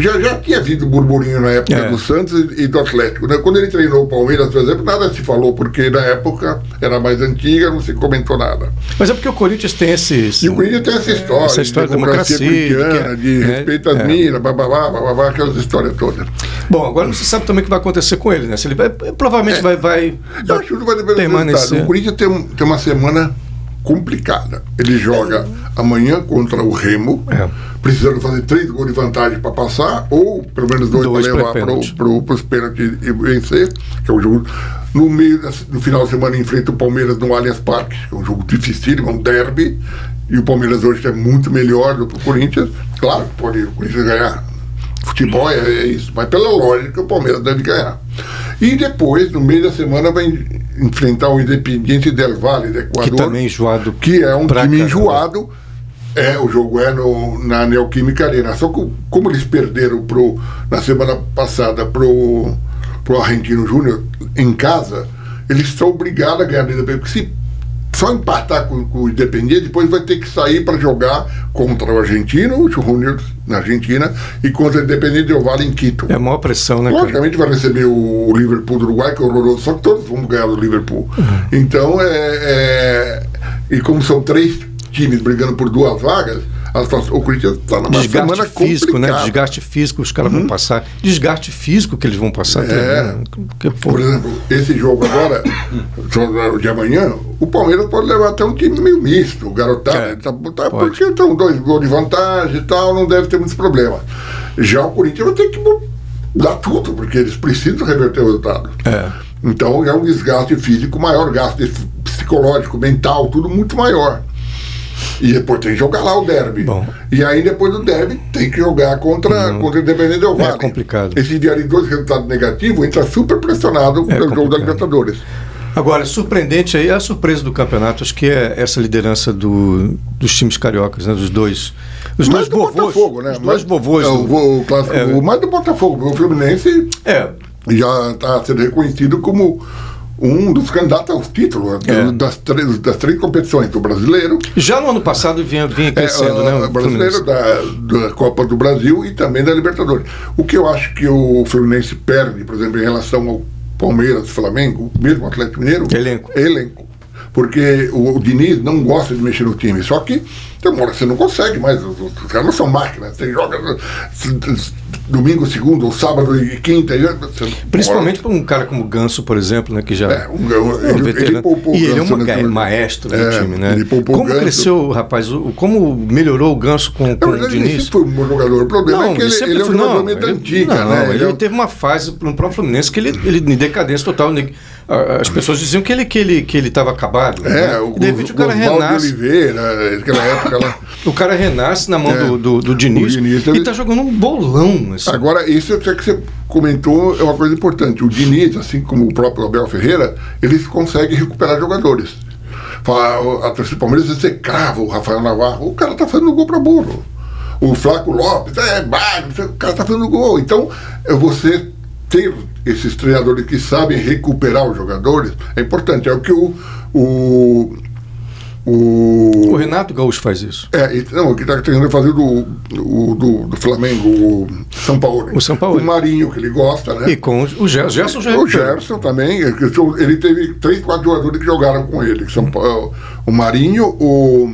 Já, já tinha havido burburinho na época É. do Santos e, e do Atlético. né? Quando ele treinou o Palmeiras, por exemplo, nada se falou, porque na época era mais antiga, não se comentou nada. Mas é porque o Corinthians tem esse. E o Corinthians tem essa história, essa história de da democracia, democracia, corintiana, que é- de né? respeito às É. minas, bababá, bababá, aquelas histórias todas. Bom, agora não se sabe também o que vai acontecer com ele, né? Se ele vai, provavelmente vai, vai. É. Eu acho que não vai depender do resultado. permanecer. O Corinthians tem, um- tem uma semana complicada. Ele joga amanhã contra o Remo, É. precisando fazer três gols de vantagem para passar, ou pelo menos dois, Dois para pra levar para pênalti. os pênaltis e vencer, que é o jogo. No, meio, da- no final de semana enfrenta o Palmeiras no Allianz Parque, que é um jogo dificílimo, é um derby. E o Palmeiras hoje é muito melhor do que o Corinthians. Claro que pode o Corinthians ganhar. Futebol é, é isso, mas pela lógica o Palmeiras deve ganhar. E depois, no meio da semana, vai en- enfrentar o Independiente Del Valle, do Que Equador também é enjoado. que é um pra time caramba. enjoado. É, o jogo é no, na Neoquímica Arena. Só que como eles perderam pro, na semana passada pro, pro Argentino Júnior em casa, eles estão obrigados a ganhar do Independiente. Porque se só empatar com, com o Independiente, depois vai ter que sair para jogar contra o Argentino, o Júnior na Argentina, e contra o Independiente Del Valle em Quito. É a maior pressão, né? cara? Logicamente vai receber o Liverpool do Uruguai, que é horroroso, só que todos vão ganhar do Liverpool. Uhum. Então, é, é- E como são três times brigando por duas vagas, a situação- o Corinthians está numa semana Desgaste físico, complicada. Uhum. né? Desgaste físico que os caras vão passar. Desgaste físico que eles vão passar também. né? Que, pô, É. Por exemplo, esse jogo agora, Uhum. só de amanhã, o Palmeiras pode levar até um time meio misto, garotado. É, tá, pode. tá, porque estão dois gols de vantagem e tal, não deve ter muitos problemas. Já o Corinthians vai ter que dar tudo, porque eles precisam reverter o resultado. É. Então é um desgaste físico maior, gasto de- psicológico, mental, tudo muito maior. E depois tem que jogar lá o derby. Bom. E aí depois do derby tem que jogar contra, contra o Independente Del Valle. É complicado. É Esse diário de dois resultados negativos entra super pressionado pelo jogo da complicado. Libertadores. Agora, surpreendente aí, é a surpresa do campeonato, acho que é essa liderança do, dos times cariocas, né? Dos dois. Os dois Mas do vovôs. Botafogo, né? Os dois vovôs. É, do- o, vo- o clássico, É. mas do Botafogo, porque o Fluminense É, já está sendo reconhecido como um dos candidatos aos títulos É. do- das, três, das três competições, do brasileiro, já no ano passado vinha, vinha É, crescendo, o né? o Fluminense. brasileiro da, da Copa do Brasil e também da Libertadores. O que eu acho que o Fluminense perde, por exemplo, em relação ao Palmeiras, Flamengo, mesmo Atlético Mineiro, Elenco. elenco. Porque o, o Diniz não gosta de mexer no time, só que tem uma hora que você não consegue mais. Os, os os caras não são máquinas. Você joga no- s- s- domingo, segundo, ou sábado e quinta. e- você- Principalmente para um cara como o Ganso, por exemplo, né, que já É, um- um- ele- ele veterano. poupou o e ele é Ganso um nesse ma- momento. maestro É, do time, né? ele poupou o como Ganso. cresceu, rapaz, o, como melhorou o Ganso com, Na com o verdade, ele Diniz? sempre foi um bom jogador. O problema é que ele, sempre ele é um foi- jogador não, meio da ele- antiga, não, né? Ele, é um- teve uma fase no próprio Fluminense que ele, ele em decadência total. ele- ah, as pessoas diziam que ele que ele que ele estava acabado. É, né? o, de repente o cara Oswaldo renasce. Oliveira, naquela época (laughs) lá. O cara renasce na mão É. do, do, do Diniz, O Diniz, e ele- tá jogando um bolão. Assim. Agora, isso até que você comentou é uma coisa importante. O Diniz, assim como o próprio Abel Ferreira, eles conseguem recuperar jogadores. Fala, o- A torcida do Palmeiras execrava o Rafael Navarro. O cara tá fazendo gol pra burro. O Flávio Lopes, é, bairro, o cara tá fazendo gol. Então, é você ter esses treinadores que sabem recuperar os jogadores é importante. É o que o. o o- O Renato Gaúcho faz isso. É, e- não, o que está tentando fazer do, o do, do Flamengo, o São Paulo. O São Paulo. O Marinho, que ele gosta, né? E com o Gerson, Gerson já é o Gerson também, é que são- ele teve três, quatro jogadores que jogaram com ele. que São Paulo, o Marinho, o,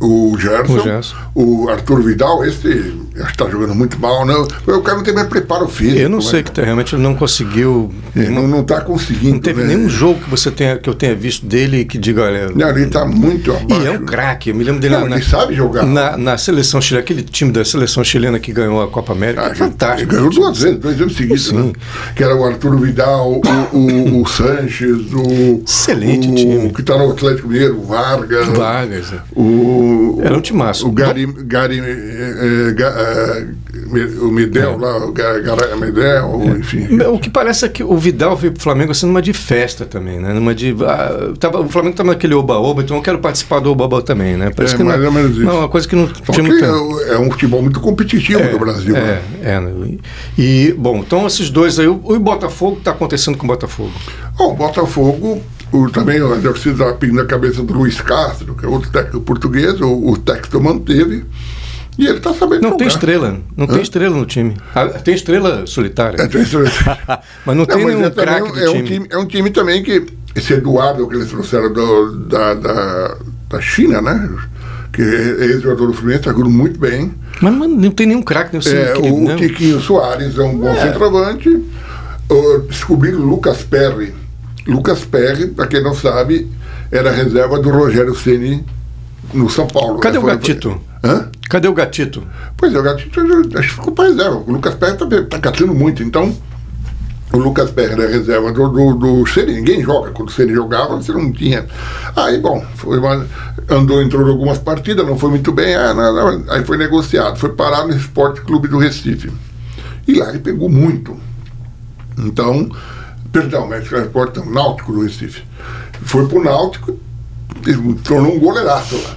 o Gerson, O Gerson. o Arthur Vidal, esse está jogando muito mal, né? O cara não tem mais preparo físico. Eu não né? sei que tá- realmente ele não conseguiu. Ele não está conseguindo. Não teve né? nenhum jogo que você tenha que eu tenha visto dele que diga, olha. Não, ele está muito abaixo. E é um craque, né? eu me lembro dele Não, na, ele sabe jogar. na, na seleção chilena, aquele time da seleção chilena que ganhou a Copa América, é Ah, fantástico. Ganhou duas vezes, dois anos seguidos, né? Que era o Arturo Vidal, o, o, o Sanches, o. Excelente o, time. que tá no Atlético Mineiro, o Vargas. Vargas, é. O. Era um timaço. O Gary. Gary eh, eh, Ga- eh, Me- o É. Medel lá, o Ga- Gara- Medel, enfim. O que parece é que o Vidal veio pro Flamengo assim numa de festa também, né? Numa de. ah, tava- o Flamengo tava naquele oba-oba, então eu quero participar do oba-oba também, né? Parece É, que mais não, ou menos isso. não, é uma coisa que não Só tinha que muito. é, o- é um futebol muito competitivo do Brasil. tá- é, né? é, né? E, e, bom, então esses dois aí, o, o Botafogo, o que tá acontecendo com o Botafogo? Bom, o Botafogo, o, também o exercício da pin na cabeça do Luiz Castro, que é outro técnico português, o, o Texto manteve. E ele está sabendo Não jogar. tem estrela, não tem estrela no time. Ah, Tem estrela É, solitária, (laughs) tem estrela. mas não tem mas nenhum é também craque um- do é Um time. time. É um time também que. Esse Eduardo que eles trouxeram do- da, da, da China, né? Que é ex-jogador do Fluminense, está jogando muito bem. Mas, mas não tem nenhum craque né, nesse É, time. o não. Tiquinho Soares é um bom centroavante. O- Descobriram o Lucas Perry. Lucas Perry, para quem não sabe, era reserva do Rogério Ceni no São Paulo. Cadê né? o Foi- Gatito? Hã? Cadê o gatito? Pois é, o Gatito já- acho que ficou para reserva. O Lucas Perry está tá catando muito, então. O Lucas Perry era reserva do, do, do Ceni. Ninguém joga. Quando o Ceni jogava, você não tinha. Aí, bom, foi uma- andou, entrou em algumas partidas, não foi muito bem. ah, não, não. Aí foi negociado. Foi parar no Esporte Clube do Recife. E lá ele pegou muito. Então, perdão, mas transporte não, Náutico do Recife. Foi pro Náutico, e tornou um goleiraço lá.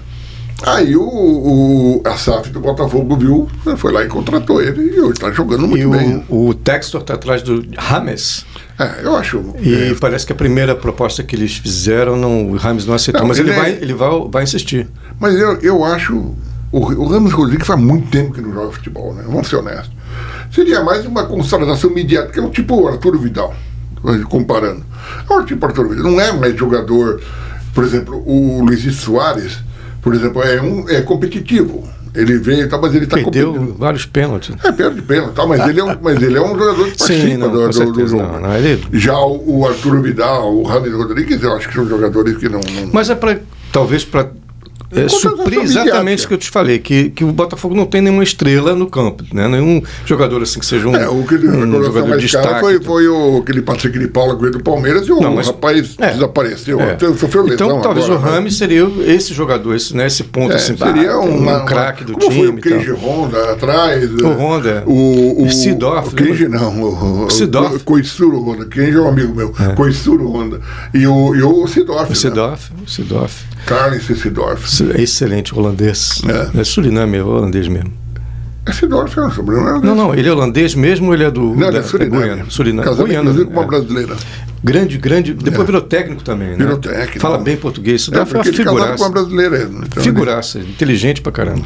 Aí o, o a SAF do Botafogo viu, foi lá e contratou ele e hoje está jogando muito E bem. o, o Textor está atrás do Rames. É, eu acho. E parece que a primeira proposta que eles fizeram, não, o Rames não aceitou. Não, mas ele, ele é- vai, ele vai, vai insistir. Mas eu, eu acho. O, o Ramos Rodrigues faz muito tempo que não joga futebol, né? Vamos ser honestos. Seria mais uma constatação midiática, é um tipo o Arturo Vidal, comparando. É um tipo Arturo Vidal. Não é mais jogador. Por exemplo, o Luiz Soares, por exemplo, é, um, é competitivo. Ele veio e tal, mas ele está Perdeu competitivo. vários pênaltis. É, perde pena, tal, mas, ele (laughs) é um, mas ele é um jogador que participa Sim, não, do, com do- do certeza. jogo. Não, né? não, ele- Já o, o Arturo Vidal, o Ramos Rodrigues, eu acho que são jogadores que não- não Mas é para, talvez, para é, Contratação suprir midiática. exatamente o que eu te falei, que, que o Botafogo não tem nenhuma estrela no campo, né? nenhum jogador assim que seja um, É, o que ele um recordou jogador de mais caro destaque. tá. foi, foi o, aquele Patrick de Paula que veio do Palmeiras e o Não, mas- rapaz é. desapareceu. É. Teve- Sofreu lesão Então, talvez agora, o Rames seria esse jogador, esse, né, esse ponto né? É, assim, seria bah, um, um craque do como time. foi o e tal. Kenji Honda atrás. né? O Honda. O, o, E Sidorf, O Kenji não. O, o, Sidorf. o Koitsuro Honda. Kenji é um amigo meu. Koitsuro Honda. E o, e o Sidorf. O né? Sidorf, o Sidorf. Carlos e Sidorf. É Excelente holandês. É. É, Suriname, é holandês mesmo. É Sidorf é um sobrenome. né? Não, não, ele é holandês mesmo, ou ele é do Não, da- é da Suriname. Guiana? Suriname. Casado, Guiana, inclusive, com uma é. brasileira. Grande, grande. Depois É. virou técnico também, né? Virou técnico. Fala bem português. Isso É, é, foi uma porque ele casado com uma figuraça. brasileira. então ele- Figuraça, inteligente pra caramba.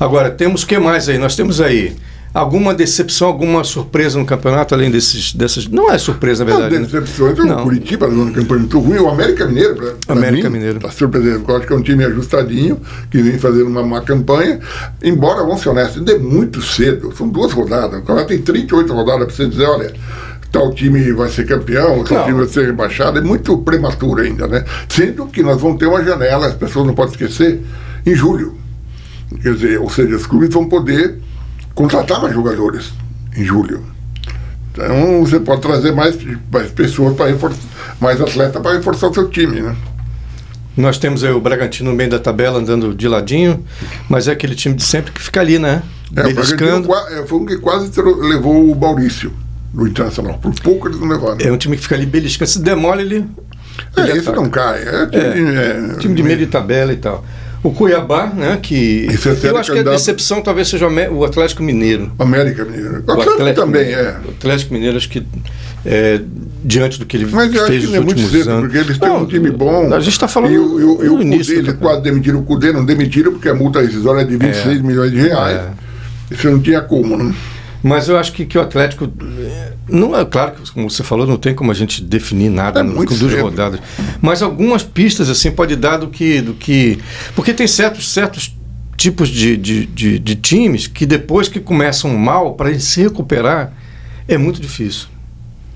Agora, temos o que mais aí? Nós temos aí alguma decepção, alguma surpresa no campeonato, além desses. Dessas... Não é surpresa, na As verdade. né? decepções, é um o Não. Curitiba dando uma campanha muito ruim, o América Mineiro, pra, pra América mim, Mineiro. Tá surpreendendo, porque eu acho que é um time ajustadinho, que vem fazendo uma má campanha, embora, vamos ser honestos, ainda é muito cedo, são duas rodadas, o campeonato tem 38 rodadas para você dizer, olha, tal time vai ser campeão, tal Não. time vai ser rebaixado, é muito prematuro ainda, né? Sendo que nós vamos ter uma janela, as pessoas não podem esquecer, em julho. Quer dizer, ou seja, os clubes vão poder contratar mais jogadores em julho. Então você pode trazer mais, mais pessoas para reforçar, mais atleta para reforçar o seu time, né? Nós temos aí o Bragantino no meio da tabela andando de ladinho, mas é aquele time de sempre que fica ali, né? É, o Bragantino Beliscando. qua- é, foi um que quase tro- levou o Maurício do Internacional. Por pouco eles não levaram. É um time que fica ali beliscando. Se demole, ele. É, ele esse ataca. não cai. É time, é, Time de meio de tabela e tal. O Cuiabá, né? Que. Esse é sério eu acho que a candidato. decepção talvez seja o Amé- o Atlético Mineiro. América Mineiro. O O Atlético, também é. Mineiro. O Atlético Mineiro, acho que é, diante do que ele Mas eu acho fez que nos não é muito últimos cedo, anos. porque eles têm Não, um time bom. A gente está falando E o, e o, e o no início. né? Cudê, do- eles quase demitiram o Cudê, não demitiram porque a multa rescisória é de 26 É. milhões de reais. É. Isso não tinha como, né? Mas eu acho que, que o Atlético. eh, Não é claro que, como você falou, não tem como a gente definir nada É no- muito com duas cedo. rodadas. Mas algumas pistas assim pode dar do que. Do que porque tem certos, certos tipos de, de, de, de times que depois que começam mal, para ele se recuperar, é muito difícil.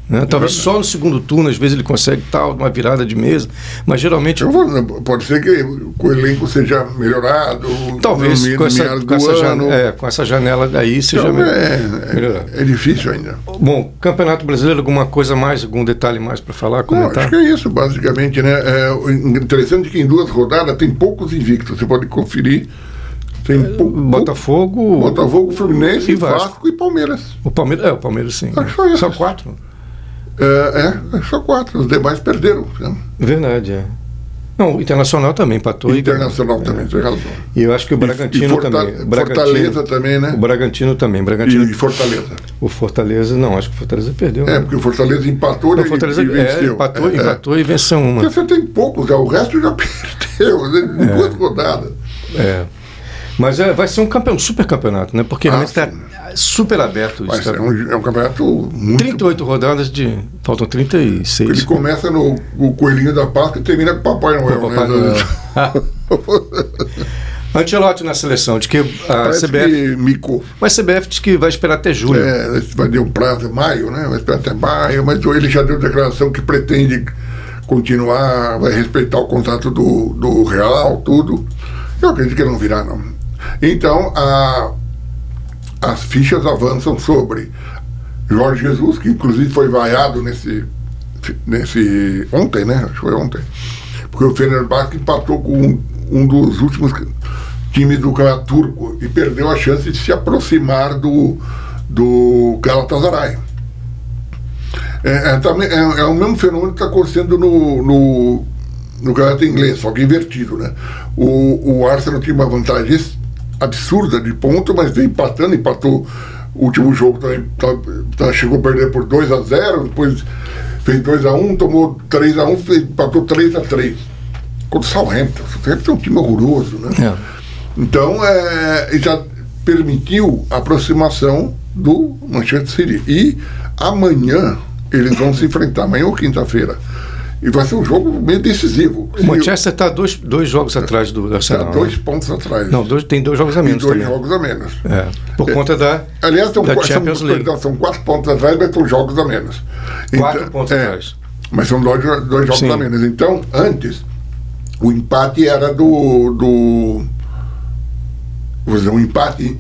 né? Talvez É verdade. só no segundo turno, às vezes, ele consegue tal, uma virada de mesa, mas geralmente. Eu vou- Pode ser que o elenco seja melhorado. Talvez no me- com essa, meados com, essa do janela, ano. é, com essa janela daí seja Então, melhor. é, é, é difícil ainda. Bom, Campeonato Brasileiro, alguma coisa mais, algum detalhe mais para falar, Não, comentar? acho que é isso, basicamente. Né? É, o interessante que em duas rodadas tem poucos invictos. Você pode conferir. Tem pou- É, Botafogo, Botafogo, Fluminense, E Vasco. Vasco. e Palmeiras. o Palmeiras, é, o Palmeiras sim. Acho que foi isso. Só quatro? É, é, só quatro. Os demais perderam. né? Verdade, é. Não, o Internacional também empatou. O e- Internacional também, tem razão. E eu acho que o E- e Bragantino Forta- também. O Fortaleza Bragantino, também, né? o Bragantino também. E, Bragantino, e Fortaleza. o Fortaleza, não, acho que o Fortaleza perdeu. É, né? porque o Fortaleza empatou Não, né, o e- Fortaleza e é, venceu. empatou, É, é. empatou e venceu uma. (laughs) né? Porque você tem poucos, já, o resto já perdeu. Né? Duas rodadas. É. Mas é, vai ser um, campeão, um super campeonato, né? Porque Ah, realmente está sim. super aberto. Mas Isso, tá- é, um, é um campeonato muito. 38 rodadas de. Faltam 36. Ele começa no o Coelhinho da Páscoa e termina com o Papai Noel. Com o Papai né? Noel. (laughs) Antelote na seleção, de que ah, a Parece CBF. que micou. Mas a CBF diz que vai esperar até julho. É, esse vai ter um prazo maio, né? Vai esperar até maio, mas ele já deu declaração que pretende continuar, vai respeitar o contrato do, do Real, tudo. Eu acredito que não virá, não. Então, a- as fichas avançam sobre Jorge Jesus, que inclusive foi vaiado nesse, nesse ontem, né? Acho que foi ontem. Porque o Fenerbahçe empatou com um, um dos últimos times do campeonato turco e perdeu a chance de se aproximar do, do Galatasaray. É, é também, é, é o mesmo fenômeno que está acontecendo no, no, no campeonato inglês, só que invertido. Né? O, o Arsenal tinha uma vantagem es- absurda de ponto, mas veio empatando, empatou o último jogo, também, tá- tá- chegou a perder por 2 a 0 depois fez 2 a 1 tomou 3 a 1 fez- empatou 3 a 3 Contra o Southampton. O Southampton é um time horroroso. Né? É. Então, é, já permitiu a aproximação do Manchester City. E amanhã eles vão se enfrentar, amanhã ou quinta-feira. E vai ser um jogo meio decisivo. O Manchester está dois, dois jogos atrás do está Arsenal. né? Tá, dois pontos atrás. Não, dois, tem dois jogos a e menos dois também. jogos a menos. É, por conta da. Aliás, são, Da quatro, são, Champions League. perdão, são quatro pontos atrás, mas são jogos a menos. Quatro Então, pontos é, atrás. Mas são dois, dois jogos Sim. a menos. Então, antes, o empate era do. do vou dizer, um empate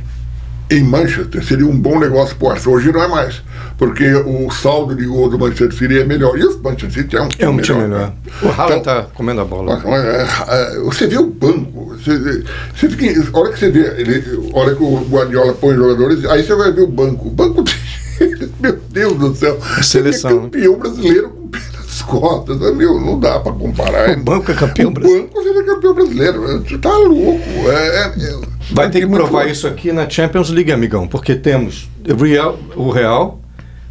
em Manchester seria um bom negócio para o Arsenal. Hoje não é mais, porque o saldo de gol do Manchester City é melhor. E o Manchester City é um É um time melhor. né? O Haaland Então, está comendo a bola. nossa, mas, é, é, Você vê o banco. Você, você fica, a hora que você vê, ele, a hora que o Guardiola põe os jogadores, aí você vai ver o banco. O banco (laughs) tem- Meu Deus do céu. Seleção, Ele né? é campeão brasileiro com pelas costas. Meu, não dá para comparar. O banco é campeão O brasileiro. banco seria campeão brasileiro. Você tá louco. É- é- é- Vai ter que muito- provar isso aqui na Champions League, amigão, porque temos o Real, o Real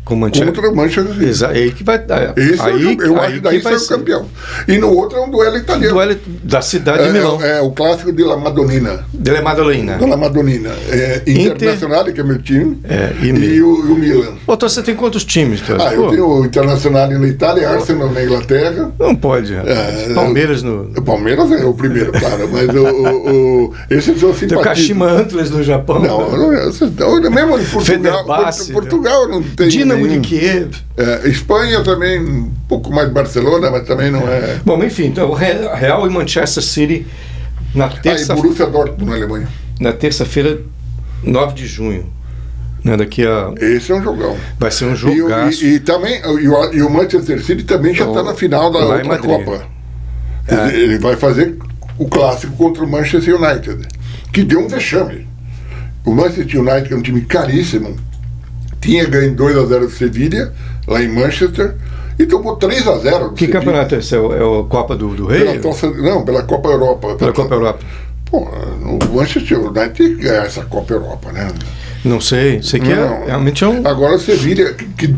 com o Manchester. Contra o Manchester City. Exa- aí que vai. Aí, Esse é o aí, jogo, eu acho que daí que vai saiu ser. campeão. E no outro é um duelo italiano. Duelo da cidade de Milão. é, é, é o clássico de La Madonina. Dele Madalena. Dona Madonina. É, Inter- Internacional, que é meu time. É, e e Milan. o, e o Milan. Ô, então você tem quantos times, Tony? Ah, eu Pô, tenho o Internacional na Itália, Arsenal na Inglaterra. Não pode. rapaz. É, Palmeiras no. O Palmeiras é o primeiro, claro, mas o, o, o, esse é o Tem o simpatia. Kashima Antlers no Japão. Não, não é. vocês estão- Mesmo em Portugal, Fenerbahçe, né? Portu- Portugal não tem. Dinamo de nenhum. Kiev. É, Espanha também, um pouco mais Barcelona, mas também não é. Bom, enfim, então Re- Real e Manchester City na Ah, e terça Borussia Dortmund na Alemanha. na terça-feira, 9 de junho. Né, daqui a Esse é um jogão. vai ser um E, o- jogaço. e, e também e o, e o Manchester City também já O- está na final da lá em outra Madrid. É. Copa. Ele- Ele vai fazer o clássico contra o Manchester United, que deu um vexame. O Manchester United, que é um time caríssimo, tinha ganho 2 a 0 do Sevilha, lá em Manchester, e tomou 3 a 0 do que Sevilla. campeonato é esse? É o, é o Copa do, do Rei? Pela Copa- não, pela Copa Europa. Pela Copa Europa? Pô, o Manchester United tem que ganhar essa Copa Europa, né? Não sei. Sei que é- Não. Ah. realmente é um. Agora você vira que, que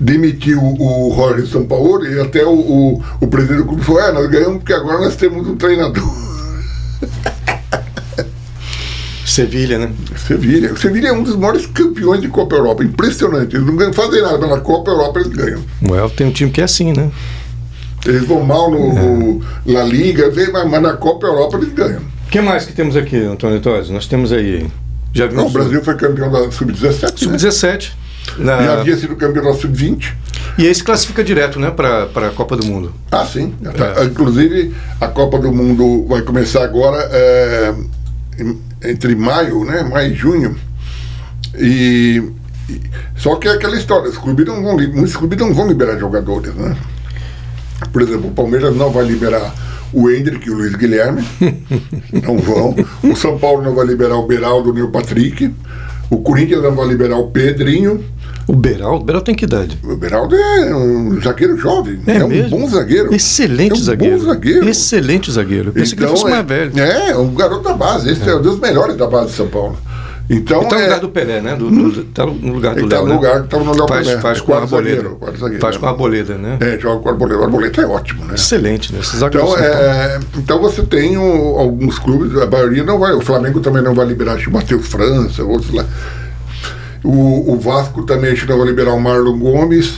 demitiu o Roger Sampaoli e até o, o, o presidente do clube falou, é, nós ganhamos porque agora nós temos um treinador. (laughs) Sevilha, né? Sevilha. O Sevilha é um dos maiores campeões de Copa Europa. Impressionante. Eles não ganham, fazem nada, mas na Copa Europa eles ganham. O El tem um time que é assim, né? Eles vão mal no, La Liga, vem, mas, mas na Copa Europa eles ganham. O que mais que temos aqui, Antônio Torres? Nós temos aí. Já Não, vimos o Brasil foi campeão da Sub-17. né? Sub-17. na- Já havia sido campeão da Sub-20. E aí se classifica direto, né, para a Copa do Mundo. Ah, sim. Tá. Inclusive, a Copa do Mundo vai começar agora é, em- entre maio, né? Maio e junho. E, e- só que é aquela história, os clubes não vão, li- muitos clubes não vão liberar jogadores, né? Por exemplo, o Palmeiras não vai liberar o Hendrick e o Luiz Guilherme. não vão. O São Paulo não vai liberar o Beraldo nem o Patrick. O Corinthians não vai liberar o Pedrinho. O Beraldo, o Beraldo tem que idade? O Beraldo é um zagueiro jovem. É, um mesmo? bom zagueiro. Excelente É um bom zagueiro. Então zagueiro. Excelente zagueiro. Eu pensei que ele fosse é, mais velho. É, o garoto da base. Esse é. um dos melhores da base de São Paulo. Então, Ele tá no é- lugar do Pelé, né? Do, do, tá no lugar do Ele tá Léo, no né? lugar- tá no lugar do faz, Pelé. Faz É com a quarto arboleda. zagueiro, quarto zagueiro, faz né? com a arboleda, né? é, joga com o arboleta. O arboleta é ótimo, né? Excelente, né? Esses zagueiros Então, são bons. é, então você tem o- alguns clubes, a maioria não vai. O Flamengo também não vai liberar acho que o Matheus França, outros lá. O, o Vasco também acho que não vai liberar o Marlon Gomes.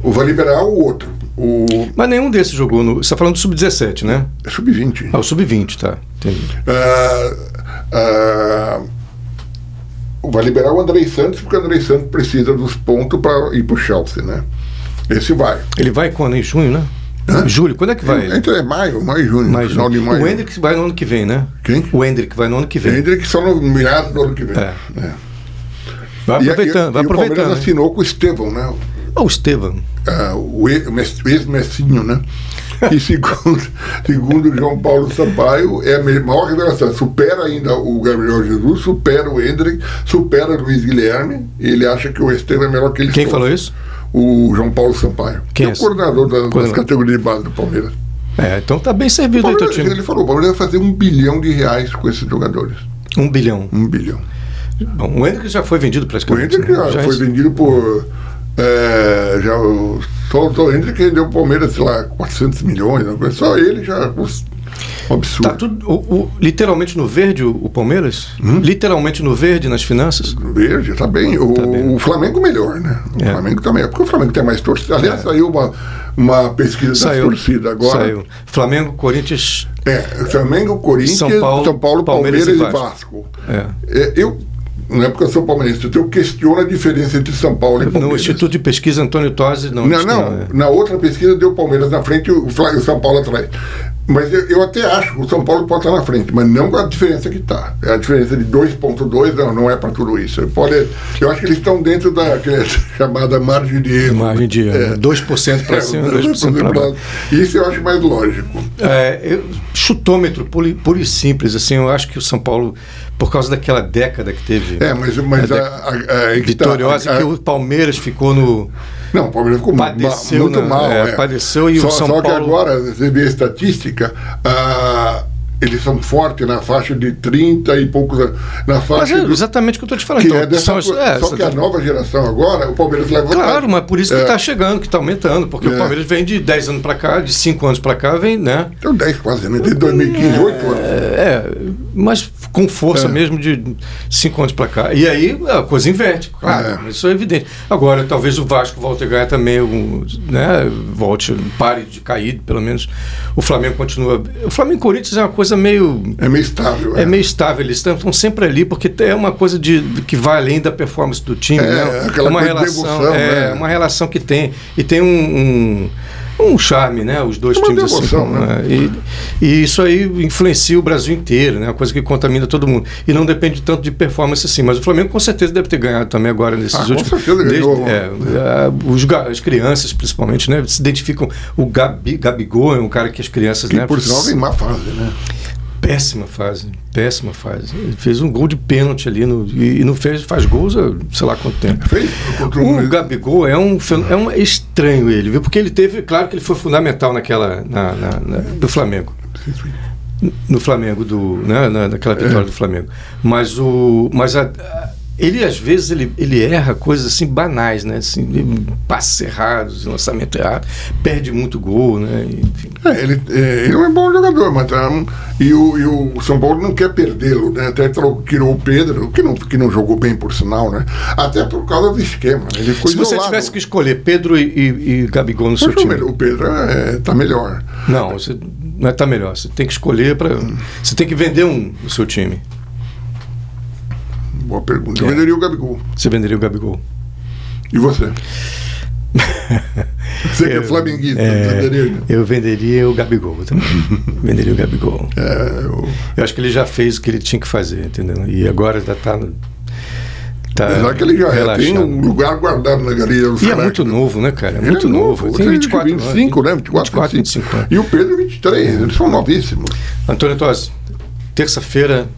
O vai liberar o outro, o é Mas nenhum desses jogou no. Você tá falando do Sub-17, né? Sub-20. Ah, o Sub-20, tá. Entendi. Ah, ah, vai liberar o Andrei Santos, porque o Andrei Santos precisa dos pontos para ir para o Chelsea, né? Esse vai. Ele vai quando? Em junho, né? Julho, quando é que vai? ele? Entre é maio, maio e junho, Mais final de junho. maio. o Hendrick vai no ano que vem, né? Quem? O Hendrick vai no ano que O vem. Hendrick só no meados do ano que vem. É. né? Vai E- aproveitando, e- vai e O aproveitando. Palmeiras Olha assinou com o Estevão, né? o Estevam. Ah, o ex- o mes- o ex-Messinho, né? E (laughs) segundo, segundo o João Paulo Sampaio, é a me- maior revelação. Supera ainda o Gabriel Jesus, supera o Hendrick, supera o Luiz Guilherme, e ele acha que o Estevão é melhor que ele. Quem falou isso? O João Paulo Sampaio. Quem que é é o esse? coordenador da- das, Coordenador. categorias de base do Palmeiras. É, então tá bem servido aí teu Palmeiras time. ele falou, o Palmeiras vai fazer um bilhão de reais com esses jogadores. Um bilhão. Um bilhão. Bom, o Hendrick já foi vendido O praticamente. Hendrick né? já, foi vendido por. É, já, o- só, só o Hendrick rendeu o Palmeiras, sei lá, 400 milhões, né? só ele já. putz, Um absurdo. Tá tudo, o- o- literalmente no verde o, o Palmeiras? Hum? Literalmente no verde nas finanças? Verde, tá bem. O, Tá bem. o Flamengo melhor, né? O É. Flamengo também. É porque o Flamengo tem mais torcida. Aliás, saiu uma, uma pesquisa Saiu. das torcidas agora. Saiu. Flamengo, Corinthians. É, Flamengo, Corinthians, São São Paulo, Paulo, Palmeiras Palmeiras, e e Vasco. Vasco. É. É, eu, não é porque eu sou palmeirense, eu questiono a diferença entre São Paulo e É Palmeiras. No Instituto de Pesquisa Antônio Tosi não. Não, disse que não. é. Na outra pesquisa deu o Palmeiras na frente e o, Fla- o São Paulo atrás. Mas eu, eu até acho que o São Paulo pode estar na frente, mas não com a diferença que está. A diferença de 2,2 não, não é para tudo isso. Pode, eu acho que eles estão dentro da que é (laughs) chamada margem de erro. Margem de erro. Tá 2% para É, cima, dois (laughs) 2% para por baixo. cento. Isso eu acho mais lógico. É, eu- chutômetro puro, e- puro e simples. Assim, eu acho que o São Paulo, por causa daquela década que teve É, mas, mas É, a, a- a- é que tá- vitoriosa, a- que o Palmeiras ficou no. Não, o Palmeiras ficou ma- Padeceu, muito né? mal. É, é. padeceu e o só, São Paulo- só que agora, você vê a estatística, ah, eles são fortes na faixa de 30 e poucos anos. Na Mas faixa é do, exatamente o que eu estou te falando. que Então, é dessa, são as- coisa. é, só essa- que a nova geração agora, o Palmeiras leva vantagem. Claro, mas por isso que tá- É, está chegando, que está aumentando, porque o É. Palmeiras vem de 10 anos para cá, de 5 anos para cá, vem, né? Então 10 quase, né? Desde 2015, 8 anos. É, mas com força É. mesmo de 5 anos para cá. E aí a coisa inverte, claro, É. isso é evidente. Agora, talvez o Vasco volte a ganhar também, algum, né? Volte, pare de cair, pelo menos. O Flamengo continua. O Flamengo e Corinthians é uma coisa meio. É meio estável. É meio estável, eles estão estão sempre ali, porque é uma coisa de, que vai além da performance do time. É, né? aquela é uma coisa de relação, devoção, é, né? uma relação que tem. E tem um, um, um charme, né? Os dois É uma times devoção, assim. né? E, e isso aí influencia o Brasil inteiro, né? Uma coisa que contamina todo mundo. E não depende tanto de performance assim. Mas o Flamengo com certeza deve ter ganhado também agora nesses Ah, com últimos. certeza ganhou. é, é, os ga- as crianças, principalmente, né? Se identificam. O Gabi, Gabigol é um cara que as crianças. E né, por sinal vem má fase, né? Péssima fase, péssima fase. Ele fez um gol de pênalti ali no, e, e não fez, faz gols há sei lá quanto tempo. Fez contra o O Gabigol é um, fen- é um é estranho ele, viu? Porque ele teve, claro que ele foi fundamental naquela na, na- na- do Flamengo, no Flamengo do, né, na, naquela vitória do Flamengo. Mas o, mas a- a- ele às vezes ele, ele erra coisas assim banais, né? Assim, ele- passes errados, lançamento errado, perde muito gol, né? Enfim. É, ele, é, ele é um bom jogador, mas tá, um, e, o, e o São Paulo não quer perdê-lo, né? Até trou- tirou o Pedro, que não, que não jogou bem, por sinal, né? Até por causa do esquema. né? Ele ficou Se você isolado. tivesse que escolher Pedro e, e- e Gabigol no seu Mas o time, Pedro- o Pedro é, tá melhor. Não, você não é tá melhor. Você tem que escolher para. Você tem que vender um do seu time. Boa pergunta. É. Eu venderia o Gabigol. Você venderia o Gabigol. (laughs) E você? Você que é Eu- flamenguista, é, venderia? eu venderia o Gabigol também. (laughs) venderia o Gabigol. É, o- Eu acho que ele já fez o que ele tinha que fazer, entendeu? E agora já tá. no- tá apesar que ele já é, tem relaxado. um lugar guardado na galeria do E é Saraiva. muito novo, né, cara? É Ele muito é novo. Tem Ele 24 anos. 25, né? 24, 24, 25 anos. E o Pedro 23, eles são novíssimos. Antônio Tosi, terça-feira,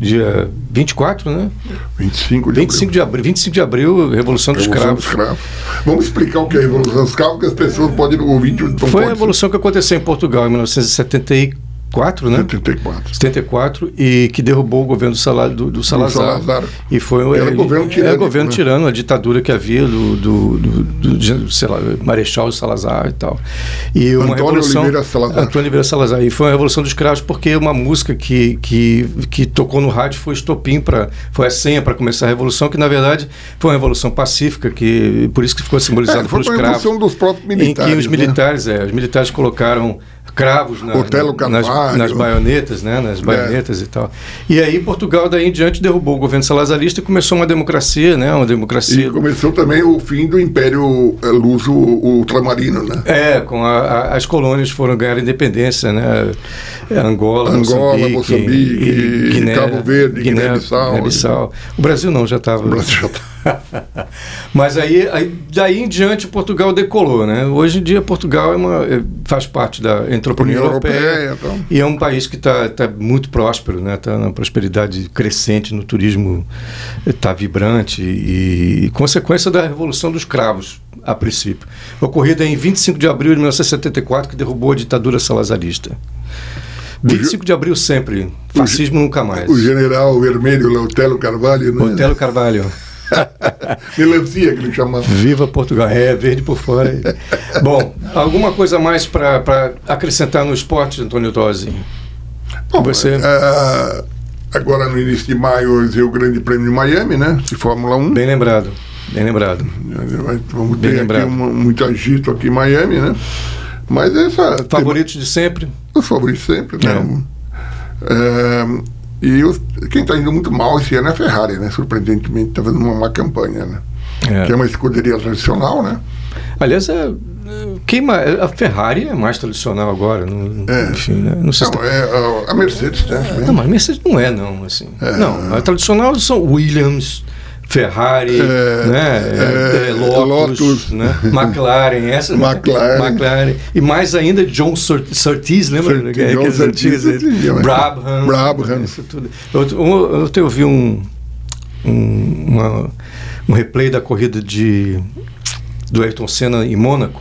dia 24, né? 25 de 25 de abril, 25 de abril, Revolução dos Revolução Cravos. dos Cravos. Vamos explicar o que é a Revolução dos Cravos, que as pessoas podem ouvir de um Foi a revolução que aconteceu em Portugal em 1973, 74, né? 74. 74 e que derrubou o governo do, salário, do, do Salazar. Salazar. E foi o Era ele- É governo tirânico, era governo né? tirano, a ditadura que havia do, do, do, do- de- sei lá, Marechal Salazar e tal. E uma Antônio revolução, Oliveira Salazar. Antônio Oliveira Salazar. E foi uma revolução dos escravos porque uma música que, que, que tocou no rádio foi estopim para foi a senha para começar a revolução que na verdade foi uma revolução pacífica que por isso que ficou simbolizado É, foi pelos uma cravos. revolução dos próprios militares. Em que os né? militares, é, os militares colocaram cravos na- Otelo na- nas, Carvalho. É. nas baionetas, né, nas baionetas e tal. E aí Portugal daí em diante derrubou o governo salazarista e começou uma democracia, né, uma democracia E começou também o fim do Império eh, Luso Ultramarino, né? É, com a- a- as colônias foram ganhar independência, né? É, Angola, Angola, Moçambique, Moçambique, Cabo Verde, Guiné-Bissau. Guiné-Bissau. O Brasil não, já estava. Brasil já tá- Mas aí, aí- daí em diante Portugal decolou, né? Hoje em dia Portugal é uma, é- faz parte da entrou pra União União Europeia, Europeia, então. e é um país que está muito próspero, né? Está na prosperidade crescente, no turismo está vibrante e, e consequência da revolução dos cravos a princípio, ocorrida em 25 de abril de 1974 que derrubou a ditadura salazarista. 25 de abril sempre, fascismo nunca mais. O general vermelho, lá, Otelo Carvalho, né? Otelo Carvalho. Melancia, que ele chamava. Viva Portugal. É, verde por (laughs) fora. Bom, alguma coisa mais para acrescentar no esporte, Antônio Tosi? Bom, Você- ah, agora no início de maio vai ser o Grande Prêmio de Miami, né? De Fórmula 1. Bem lembrado, bem lembrado. Vai- Bem Vamos ter aqui lembrado. uma- muito agito aqui em Miami, né? Mas essa. Favoritos de sempre? tem- Os favoritos sempre, né? É, e os- quem está indo muito mal esse ano é a Ferrari, né? Surpreendentemente, está fazendo uma má campanha, né? É. Que é uma escuderia tradicional, né? Aliás, é, é, quem ma- a Ferrari é mais tradicional agora. Não, É. Enfim, né? não sei se Não, tá- é, a- a Mercedes, né? Não, mas Mercedes não é, não. Assim. Não, a tradicional são Williams. Ferrari, É, né? É, é, é, Lotus, Lotus. né? McLaren, essa né? McLaren. McLaren. E mais ainda John Sur- Surtees, lembra? Aqueles Surtees, John Surtees, é antigos, Surtees, né? mas- Brabham. Brabham. Isso tudo. Outro- um- Ontem eu vi um, um, uma- um replay da corrida de, do Ayrton Senna em Mônaco,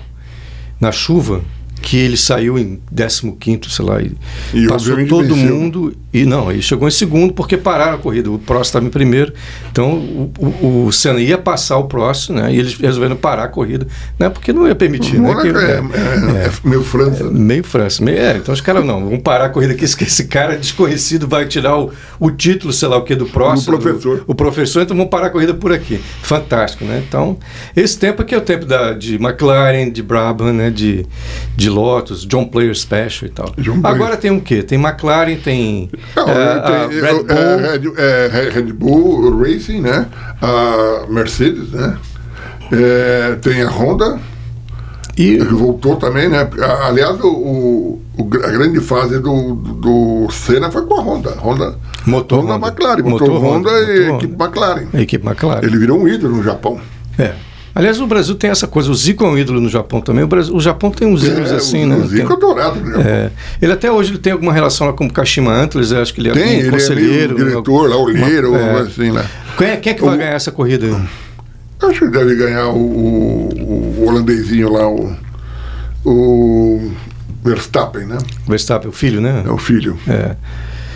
na chuva, que ele saiu em 15º, sei lá, e, E passou obviamente todo venceu. mundo, e não, ele chegou em segundo porque pararam a corrida, o Prost estava em primeiro, então o, o, o Senna ia passar o Prost, né, e eles resolveram parar a corrida, né, porque não ia permitir, né, Mônaco que- é, é- é meio França. né? Meio França. Meio, é, então os caras não, vão parar a corrida que esse, que esse cara desconhecido vai tirar o, o título, sei lá o que, do próximo. Do professor. o professor, então vão parar a corrida por aqui. Fantástico, né? Então, esse tempo aqui é o tempo da, de McLaren, de Brabham, né? De, de Lotus, John Player Special e tal. John Player. Agora tem o quê? Tem McLaren, tem. Não, eh, a tem, Red eh, Bull. eh, Red- eh, Red, Bull Racing, né? A Mercedes, né? Eh, tem a Honda, e que voltou também, né? Porque, a- Aliás, o, o- o gr- a grande fase do, do Senna foi com a Honda. Honda, Motor Honda, Honda. McLaren, motor, Motor Honda, Honda, e motor equipe McLaren. a equipe McLaren. Ele virou um ídolo no Japão. É. Aliás, o Brasil tem essa coisa. O Zico é um ídolo no Japão também. O, Brasil- o Japão tem uns ídolos É, assim, o, né? o Zico Tem- é dourado no Japão. É. Ele até hoje ele tem alguma relação lá com o Kashima Antlers, eu acho que ele é um Tem, ele é meio conselheiro. diretor, lá, olheiro, uma- é. algo assim, né? Quem é, quem é que vai O- ganhar essa corrida? Acho que deve ganhar o, o, o holandesinho lá, o, o Verstappen, né? Verstappen, o filho, né? É o filho. É.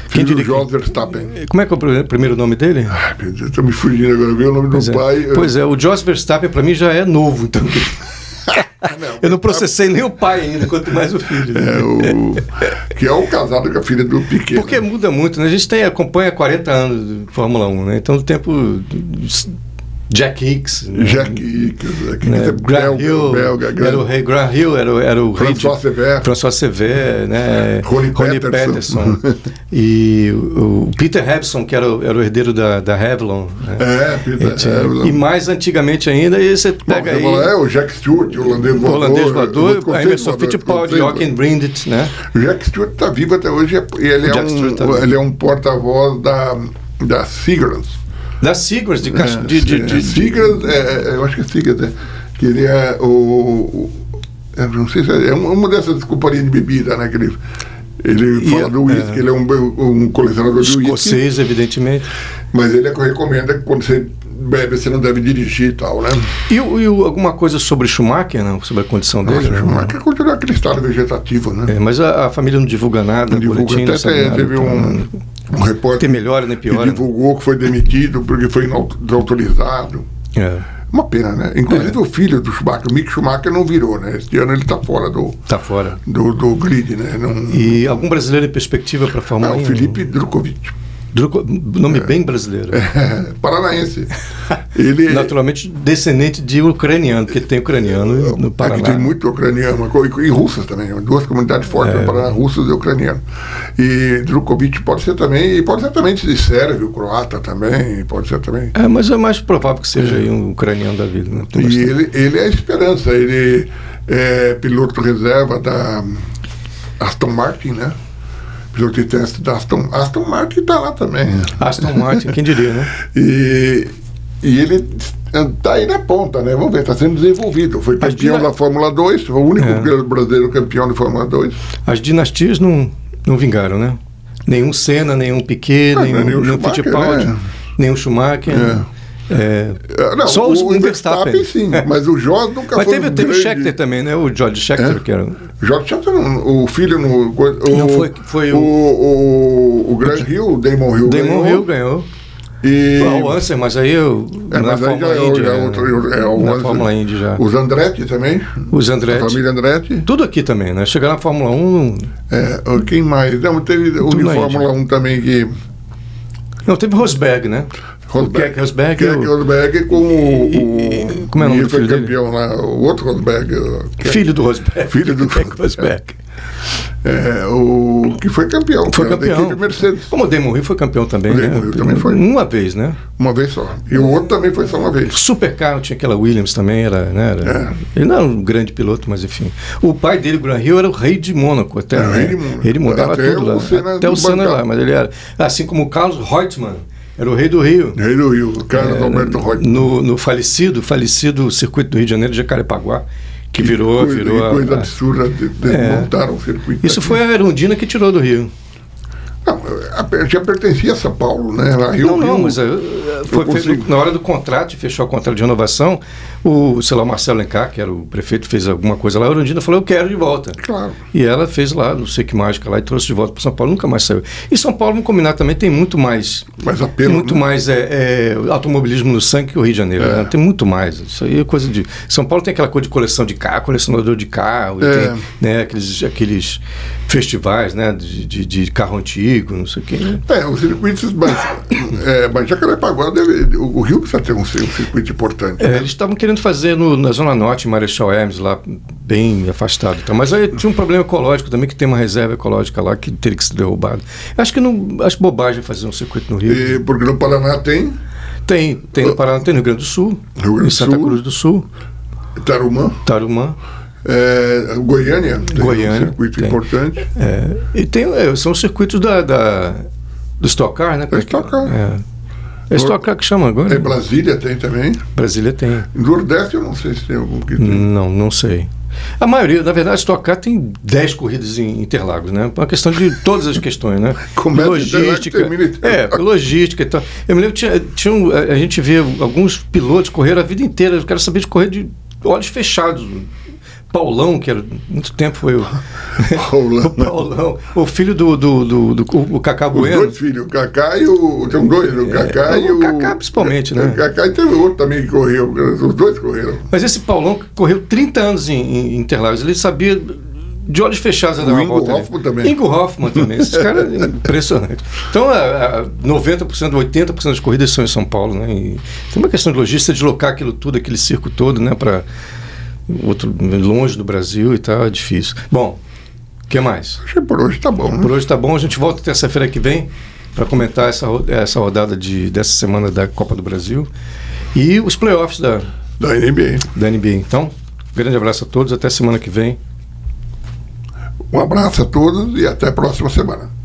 Quem filho diria do que- Jos Verstappen. Como é que é o pr- primeiro nome dele? Ai, meu Deus, tô me fugindo agora, viu? O nome Pois do é. pai. eu- Pois é, o Jos Verstappen pra mim já é novo, (laughs) então. não, tá- Eu não processei nem o pai ainda, quanto mais o filho. né? É o, que é o casado com a filha do Piquet. Porque né? muda muito, né? A gente tem, acompanha 40 anos de Fórmula 1, né? Então, o tempo. Jack Hicks. né? Jack Ickes, aqui, né? que é Graham belga, Hill, belga, é era o grande. rei Graham Hill, era, o- era o rei François Sever. François Sever, né? Ronnie Peterson. Peterson. (laughs) e o o Peter Hebson, que era o, era o herdeiro da, da Revlon. né? É, Peter E tinha- Hevlon. E mais antigamente ainda, e você Bom, pega você aí... falou, é, o é Jack Stewart, o holandês o voador. holandês o voador, a conceito Emerson voador, Fittipaldi, conceito. Jochen Brindit, né? O Jack Stewart está vivo até hoje e ele é Jack um, Stewart tá vivo. ele é um porta-voz da, da Seagrams. Da Sigurds, de, Cas- É, de, de, de- é, Seagrams, é, é, eu acho que é Seagrams, é, que ele é o... o- eu não sei se é, é uma uma dessas companhias de bebida, né, que ele, ele E fala é- do uísque, ele é um, um colecionador de uísque, escocês, evidentemente. mas ele é que recomenda que quando você bebe, você não deve dirigir e tal, né? E, o- e o- alguma coisa sobre Schumacher, não? Sobre a condição Mas dele? o não? Ah, Schumacher continua aquele estado vegetativo, né? É, mas a, a família não divulga nada, Não divulga. boletim, não Até sabe te- nada, teve então, um- né? Um repórter Tem melhora nem que piora. divulgou que foi demitido porque foi inau- desautorizado. É, Uma pena, né? Inclusive o filho do Schumacher, o Mick Schumacher, não virou, né? Este ano ele está fora do, tá fora. do, do grid, né? Não, E algum brasileiro em perspectiva para Ah, Fórmula 1? o Felipe Drukovic, Druco- É. nome bem brasileiro. (laughs) paranaense. (laughs) Ele Naturalmente descendente de ucraniano, porque tem ucraniano no É Paraná. que tem muito ucraniano co- e, e russas também, né? duas comunidades fortes É. no Paraná, russos e ucranianos. E Drukovic pode ser também, e pode ser também de sérvio, croata também, pode ser também. É, mas é mais provável que seja aí um ucraniano da vida. Né? Tem E bastante. ele, ele é a esperança, ele é piloto reserva da Aston Martin, né? Piloto de teste da Aston, Aston Martin está lá também. Aston Martin, quem diria, né? E, e ele está aí na ponta, né? Vamos ver, está sendo desenvolvido. Foi Mas campeão dina- da Fórmula 2, foi o único É. brasileiro campeão de Fórmula 2. As dinastias não, não vingaram, né? Nenhum Senna, nenhum Piquet, Ah, nenhum, não, nenhum nenhum Schumacher, Fittipaldi, né? nenhum Schumacher. né? É. Ah, Não, Só o, os- o o Verstappen, Verstappen. É. sim, mas o Jorge nunca Mas foi teve, um teve o grande- Schechter também, né? O George Schechter, É? que era. Jorge Scheckter, não, o filho no... O, Não, foi- foi o... o- O, o Grand Hill, o Damon Hill Damon ganhou. Hill ganhou. E, Ah, o Answer, mas aí eu, É, na mas aí já Fórmula é o- Indy. já é né? outro- é o na Ansel. Fórmula Indy já. os Andretti também, Os a Andretti. família Andretti. Tudo aqui também, né? Chegar na Fórmula 1. É, o- quem mais? Não, teve o Tudo de na Fórmula 1 também que... Não, teve Rosberg, né? O Keck Rosberg. Kirk o Rosberg com o. E- e- como é o nome e do foi filho dele? campeão lá, o outro Rosberg. o Keck- Filho do Rosberg. É. (laughs) Filho do Keck Rosberg. É, o que foi campeão. Foi que era Da campeão. equipe Mercedes, Como o Damon Hill foi campeão também, O né? Damon Hill também foi. Uma vez, né? uma vez só. E o outro também foi só uma vez. Supercar, tinha aquela Williams também, era, né? É. Era- Ele não era um grande piloto, mas enfim. O pai dele, o Graham Hill, era o rei de Mônaco até. Era o né? É, rei de Mônaco. Ele mudava Até tudo o lá. Senna até o Senna bancava. lá, mas ele era. Assim como o Carlos Reutemann, era o rei do Rio. Rei do Rio, Carlos É, Alberto Rocha. no, no falecido, falecido circuito do Rio de Janeiro de Jacarepaguá, que virou, coisa, virou que a- coisa a- absurda, de, de É. montaram o circuito. Isso aqui. foi a Erundina que tirou do Rio. Não, a- já pertencia a São Paulo, né? Lá, Rio, não, não, Rio, mas eh, foi feito- consigo. na hora do contrato, fechou o contrato de renovação, o, sei lá, o Marcelo Lencar, que era o prefeito, fez alguma coisa lá, a Erundina falou, eu quero de volta. Claro. E ela fez lá, não sei que mágica lá, e trouxe de volta para São Paulo, nunca mais saiu. E São Paulo, vamos combinar também, tem muito mais Mas Tem apelo. muito né? mais é, é, automobilismo no sangue que o Rio de Janeiro. É. né? Tem muito mais. Isso aí é coisa de. São Paulo tem aquela coisa de coleção de carro, colecionador de carro, e É. tem, né, aqueles, aqueles festivais né, de, de- de carro antigo, não sei o quê. né? É, os circuitos, mas, é, mas Jacarepaguá deve. O o Rio precisa ter um, cir- um circuito importante. É, né? eles estavam querendo fazer no- na Zona Norte, em Marechal Hermes, lá bem afastado. e tal. Mas aí tinha um problema ecológico também, que tem uma reserva ecológica lá que teria que ser derrubada. Acho que não. Acho bobagem fazer um circuito no Rio. E- porque no Paraná tem Tem, tem no Paraná, tem no Rio Grande do Sul, Rio Grande em do Santa Sul. Cruz do Sul, Tarumã. Tarumã. É, Goiânia, tem Goiânia, um circuito tem. importante. É, e tem, é, são os circuitos da, da, do Stock Car, né? Como é que- Stock Car. É. É Stock Car que chama agora? Em é, Brasília tem também. Brasília tem. Nordeste eu não sei se tem algum que tem. Não, não sei. A maioria, na verdade, Stock Car tem 10 corridas em Interlagos, né? É uma questão de todas as questões, né? (laughs) Começa em logística. Interlagos, termina em É, Interlagos. logística e tal. Eu me lembro que tinha, tinha um- a a gente via alguns pilotos correr a vida inteira. Eu quero saber de correr de olhos fechados. Paulão, que era muito tempo foi o, (laughs) o Hum. (laughs) Paulão. Paulão, o filho do, do, do, do, o Cacá Os Bueno. dois filhos, o Cacá e o. Tem um dois, o Cacá É, e o o. é, Cacá principalmente, né? O Cacá e teve outro também que correu. Os dois correram. Mas esse Paulão correu 30 anos em, em Interlagos. Ele sabia de olhos fechados dar O uma Ingo volta. ali. Hoffmann também. Ingo Hoffman também. (laughs) Esses caras é impressionante. Então, a, a 90%, 80% das corridas são em São Paulo. Né? E tem uma questão de logística, deslocar aquilo tudo, aquele circo todo, né? Para outro longe do Brasil e tal, é difícil. Bom, o que mais? Acho que por hoje tá bom, né? Por hoje tá bom. A gente volta terça-feira que vem para comentar essa, ro- essa rodada de, dessa semana da Copa do Brasil e os playoffs da, Da NBA. da NBA. Então, grande abraço a todos, até semana que vem. Um abraço a todos e até a próxima semana.